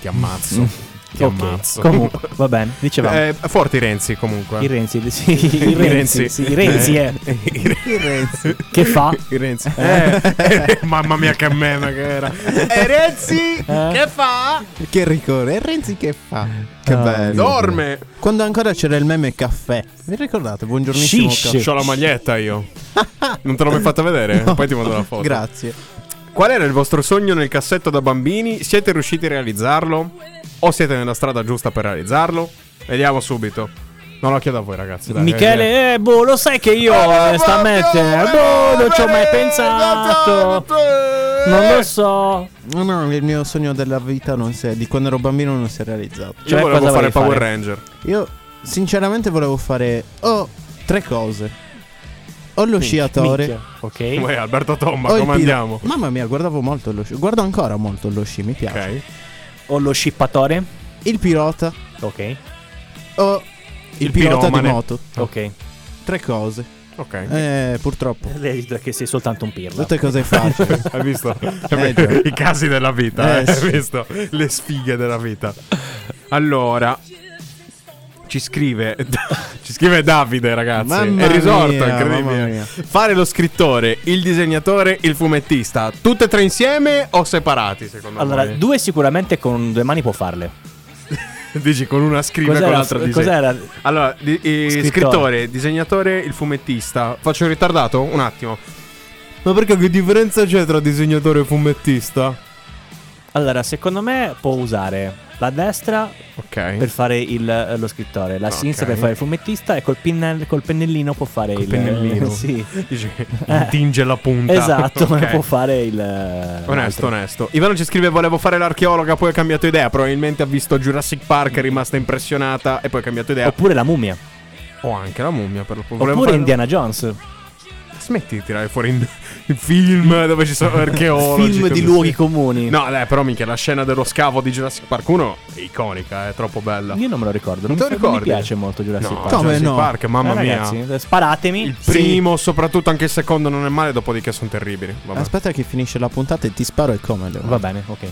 Ti ammazzo. Ti Ok, ammazzo. Comunque, va bene, dicevamo. Eh, forti Renzi comunque. I Renzi, sì, i Renzi, sì, i Renzi, eh. I Renzi. Che fa? I Renzi. Eh, eh, mamma mia che meme che era. E Renzi che fa? Che ricordo. E Renzi che fa? Che Ah, bello. Dorme. Quando ancora c'era il meme caffè. Vi ricordate? Buongiornissimo Shish. caffè. C'ho la maglietta io. Non te l'ho mai fatta vedere? Poi ti mando la foto. Grazie. Qual era il vostro sogno nel cassetto da bambini? Siete riusciti a realizzarlo? O siete nella strada giusta per realizzarlo? Vediamo subito. Non lo chiedo a voi, ragazzi. dai, eh, Michele, eh, boh, lo sai che io eh, onestamente, boh, non ci ho mai pensato. Non lo so. No, no, il mio sogno della vita non si è, di quando ero bambino non si è realizzato. Io Cioè, volevo cosa fare volevi Power fare? Ranger. Io sinceramente volevo fare oh, tre cose. O lo sciatore. Minchia, Ok. Uè, Alberto Tomba, o il come pir- andiamo? Mamma mia, guardavo molto lo sci. Guardo ancora molto lo sci, mi piace. Ok. O lo scippatore. Il pilota Ok. o il, Il pilota piromane. di moto. Ok. Tre cose. Ok. Eh, purtroppo. Lei dice che sei soltanto un pirla. Tutte cose facili. Hai visto? Eh, già. I casi della vita, Eh, eh? sì. hai visto? Le sfighe della vita. Allora, ci scrive, ci scrive Davide, ragazzi. Mamma È risorto, mia, mamma incredibile. mia. Fare lo scrittore, il disegnatore, il fumettista, tutte e tre insieme o separati, secondo Allora, voi? due sicuramente con due mani può farle. Dici con una scrive e Cos'era- con l'altra disegna. cos'era? Allora, di- eh, Scrittore. scrittore. disegnatore, il fumettista. Faccio un ritardato? Un attimo. Ma perché che differenza c'è tra disegnatore e fumettista? Allora, secondo me può usare la destra Ok. per fare il- eh, lo scrittore, la Ok. sinistra per fare il fumettista e col, pinnell- col pennellino può fare il eh, pennellino. sì. Dice, tinge la punta. Esatto, ma Ok. può fare il eh, l'altro. Onesto, onesto. Ivano ci scrive: Volevo fare l'archeologa, poi ho cambiato idea. Probabilmente ha visto Jurassic Park, è rimasta impressionata e poi ha cambiato idea. Oppure la mummia. Ho anche la mummia, per lo Oppure Indiana Jones. Smetti di tirare fuori in- i film dove ci sono archeologi. Film di cose luoghi sì. comuni. No, dai, però, minchia, la scena dello scavo di Jurassic Park 1 è iconica, è troppo bella. Io non me lo ricordo. Non, te mi, lo non mi ricordi? piace molto Jurassic No, Park. Come Jurassic no? Park, mamma Eh, mia. ragazzi, sparatemi. Il Sì. primo, soprattutto anche il secondo, non è male, dopodiché sono terribili. Vabbè. Aspetta che finisce la puntata e ti sparo e come Leo. Va bene, ok.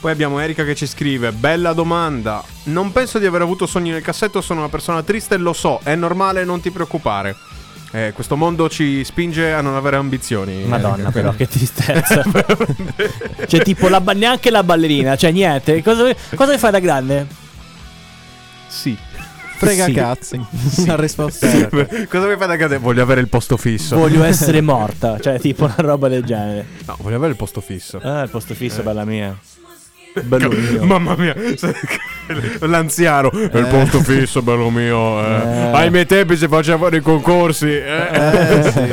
Poi abbiamo Erika che ci scrive: Bella domanda. Non penso di aver avuto sogni nel cassetto, sono una persona triste, lo so, è normale, non ti preoccupare. Eh, questo mondo ci spinge a non avere ambizioni. Madonna, Erika, però, quindi- che tristezza. cioè, tipo, la ba- neanche la ballerina. Cioè, niente. Cosa, cosa vuoi fare da grande? Sì. Frega Sì. cazzi. La risposta è Cosa mi fai da cadere? Voglio avere il posto fisso. Voglio essere morta. Cioè, tipo, una roba del genere. no, voglio avere il posto fisso. Ah, il posto fisso, bella mia. Bello mio. Mamma mia, Eh. l'anziano. è Il posto fisso, bello mio. eh. Ai miei tempi si facevano i concorsi. eh.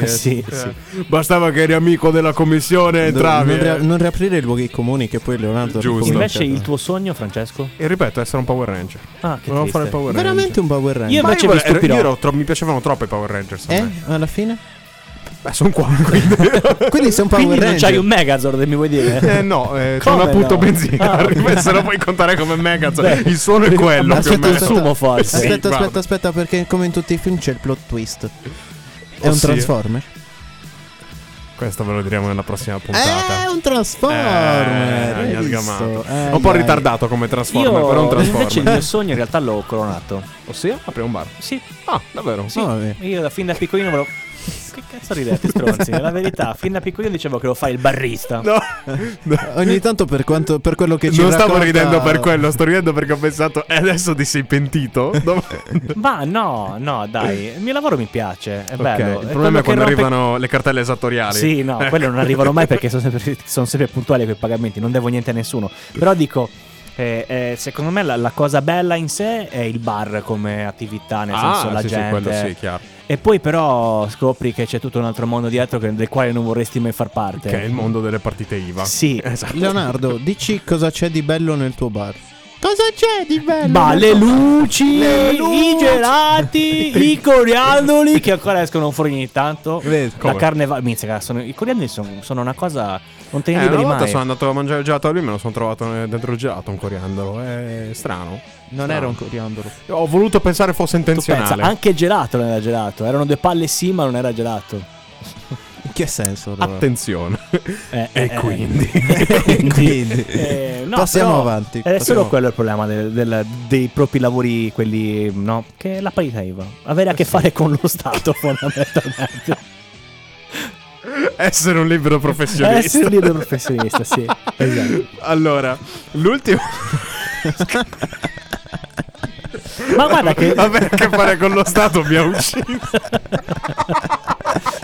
Eh, sì, sì. Bastava che eri amico della commissione e entravi. non, ria- eh. non riaprire i luoghi comuni che poi Leonardo ha Giusto. ricominciato. Invece il tuo sogno, Francesco? E ripeto, essere un Power Ranger. Ah, che Volevo fare triste. il Power Ranger. veramente un Power Ranger. Io Ma invece io vi ero- stupirò. io ero tro- mi piacevano troppo i Power Rangers. a Eh? me. Alla fine? Beh, sono qua. Quindi... Quindi sei un Power Quindi non Ranger. c'hai un Megazord, mi vuoi dire? eh, no, eh, c'è Come un appunto no? benzina. Ah, ok. Arriva, Se lo puoi contare come Megazord. Beh. Il suono è quello. più o Aspetta, meno. consumo, forse. Sì, aspetta, guarda. aspetta, aspetta, perché come in tutti i film c'è il plot twist. È un Ossia? Transformer? Questo ve lo diremo nella Eh, prossima puntata. È un Transformer! Eh, mi hai ha visto? sgamato. Eh, un po' dai. ritardato come Transformer, Io però un invece il Transformer. mio sogno in realtà l'ho coronato. Ossia, apriamo un bar. Sì, Ah, davvero? sì. Ah, vabbè. Io da fin da piccolino volevo Che cazzo ridete, stronzi? La verità, fin da piccolino dicevo che devo fare il barrista. No, Ogni tanto per, quanto, per quello che ci non stavo racconta- ridendo per quello, sto ridendo perché ho pensato, e adesso ti sei pentito? Dove- Ma no, no, dai, il mio lavoro mi piace, Eh, è Ok, bello. Il problema è quello quando che rompe- arrivano Eh. le cartelle esattoriali. Sì, no, quelle non arrivano mai perché sono sempre, sono sempre puntuali quei pagamenti, non devo niente a nessuno. Però dico, eh, eh, secondo me la, la cosa bella in sé è il bar come attività, nel Ah, senso la sì, sì, gente. quello sì, chiaro. E poi però scopri che c'è tutto un altro mondo dietro che- del quale non vorresti mai far parte. Che è il Esatto. mondo delle partite IVA. Sì, Leonardo, dici cosa c'è di bello nel tuo bar. Cosa c'è di bello? Ma nel le tuo bar? luci, Le i luci. gelati, i coriandoli che ancora escono fuori ogni tanto. Vedi, la come? carne va. Minchia, sono- i coriandoli sono, sono una cosa. Non te Eh, ne una liberi volta mai. sono andato a mangiare il gelato a lui e me lo sono trovato eh, dentro il gelato un coriandolo. È strano. Non era un coriandolo. Ho voluto pensare fosse Tu pensa, intenzionale. anche il gelato non era gelato. Erano due palle sì, ma non era gelato. In che senso? allora? Attenzione. Eh, eh, e eh. quindi. Quindi. Eh, no, Passiamo però avanti. È Passiamo solo avanti. quello il problema del- del- dei propri lavori, quelli no? Che è la parità IVA. Avere a che fare con lo Stato, fondamentalmente. Essere un libero professionista. Essere Eh, un libero professionista, sì. Esatto. Allora, l'ultimo Ma guarda che avere a che fare con lo Stato mi ha ucciso.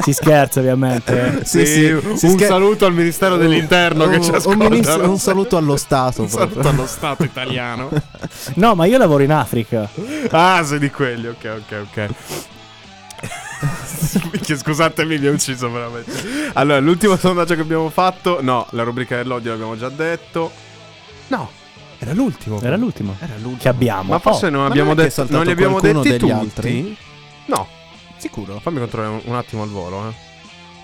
si scherza ovviamente. Sì, sì, si un scher- saluto al Ministero dell'Interno che ci Un- ascolta. un, ministro- un saluto allo Stato. Un saluto proprio. allo Stato italiano. No, ma io lavoro in Africa. Ah, sei di quelli, ok, ok, ok. Minchia, Scusatemi, mi ha ucciso veramente. Allora, l'ultimo sondaggio che abbiamo fatto. No, la rubrica dell'odio l'abbiamo già detto. No, era l'ultimo. Era l'ultimo Era l'ultimo. che abbiamo. Ma forse non Ma abbiamo non è che è detto. saltato Non li abbiamo qualcuno detti degli tutti. altri? No, Sicuro? fammi controllare un- un attimo al volo. Eh.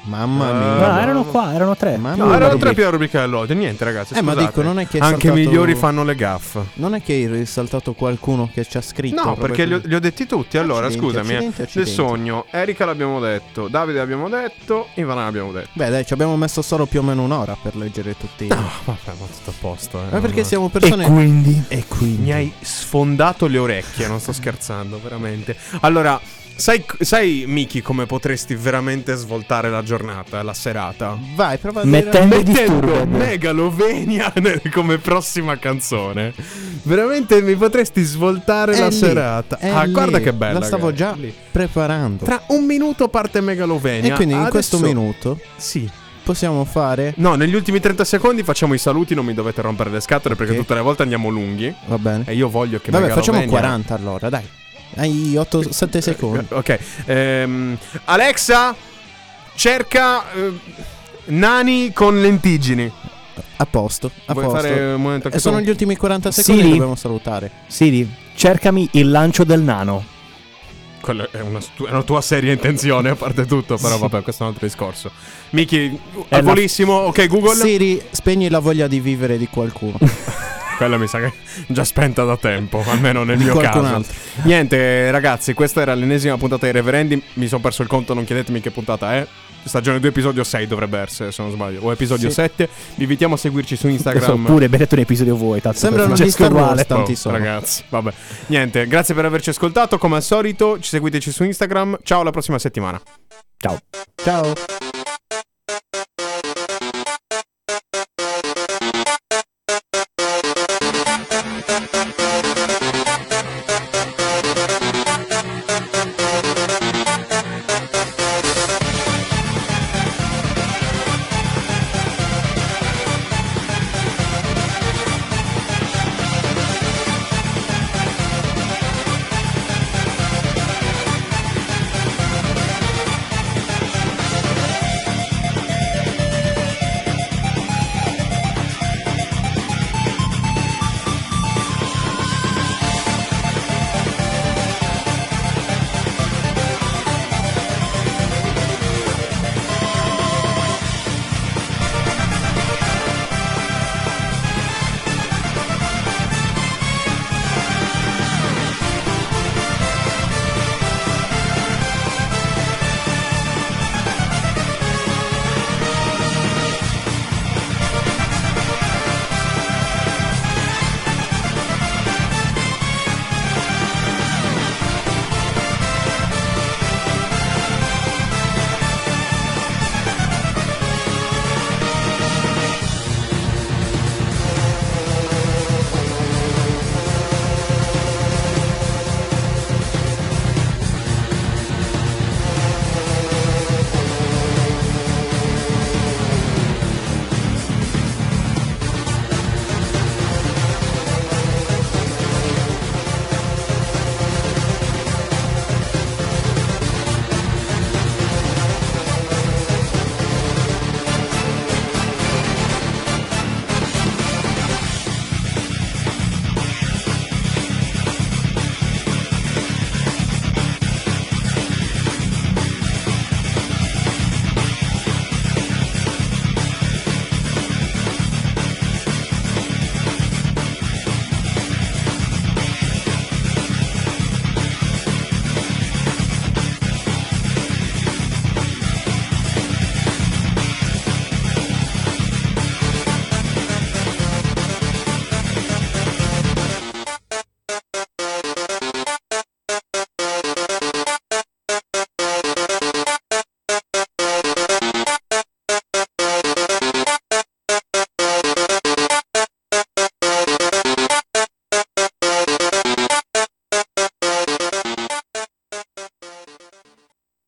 Mamma Oh. mia. No, erano qua, erano tre. Mamma No, mia. erano tre rubrica. più la rubrica dell'odio. Niente, ragazzi. Eh, ma scusate. dico, non è che è Anche i saltato- migliori fanno le gaffe. Non è che è saltato qualcuno che ci ha scritto. No, perché li ho, li ho detti tutti. Allora, Accidenti, scusami. eh. accidenti, Del accidenti. sogno, Erika l'abbiamo detto, Davide l'abbiamo detto, Ivana l'abbiamo detto. Beh, dai, ci abbiamo messo solo più o meno un'ora per leggere tutti. Ah, vabbè, ma tutto a posto. Eh. Ma perché Non- siamo persone. E quindi. E quindi. Mi hai sfondato le orecchie, non sto scherzando, veramente. Allora, sai, sai Miki, come potresti veramente svoltare la giornata, la serata? Vai, prova a Mettendo- dire. Mettendo Disturbed. Megalovenia nel- come prossima canzone. Veramente mi potresti svoltare È la lì, serata. è Ah, lì. guarda che bella. La stavo che- già lì. preparando. Tra un minuto parte Megalovenia. E quindi in questo Adesso- minuto Sì. possiamo fare. No, negli ultimi 30 secondi facciamo i saluti, non mi dovete rompere le scatole perché Ok. tutte le volte andiamo lunghi. Va bene. E io voglio Mm. che Vabbè, facciamo Megalovania- 40 allora, dai. Hai 8, 7 secondi. Ok. ehm, Alexa, cerca eh, nani con lentigini. A posto. A Vuoi posto. fare un momento anche E sono tu? gli ultimi 40 secondi Siri? che dobbiamo salutare. Siri, cercami il lancio del nano. Quella è una, stu- è una tua seria intenzione, a parte tutto, però vabbè, questo è un altro discorso. Miki, al la- volissimo, ok Google. Siri, spegni la voglia di vivere di qualcuno. Quella mi sa che è già spenta da tempo, almeno nel Di mio qualcun caso. altro. Niente, ragazzi, questa era l'ennesima puntata dei reverendi. Mi sono perso il conto, non chiedetemi che puntata è. Stagione 2, episodio 6 dovrebbe essere, se non sbaglio, o episodio Sì. 7. Vi invitiamo a seguirci su Instagram. Oppure vedete un episodio voi, tanto Sembra per una Francesco lista Ruale. nuova, Oh, tanti sono. Ragazzi, vabbè. Niente, grazie per averci ascoltato. Come al solito, ci seguiteci su Instagram. Ciao, alla prossima settimana. Ciao. Ciao.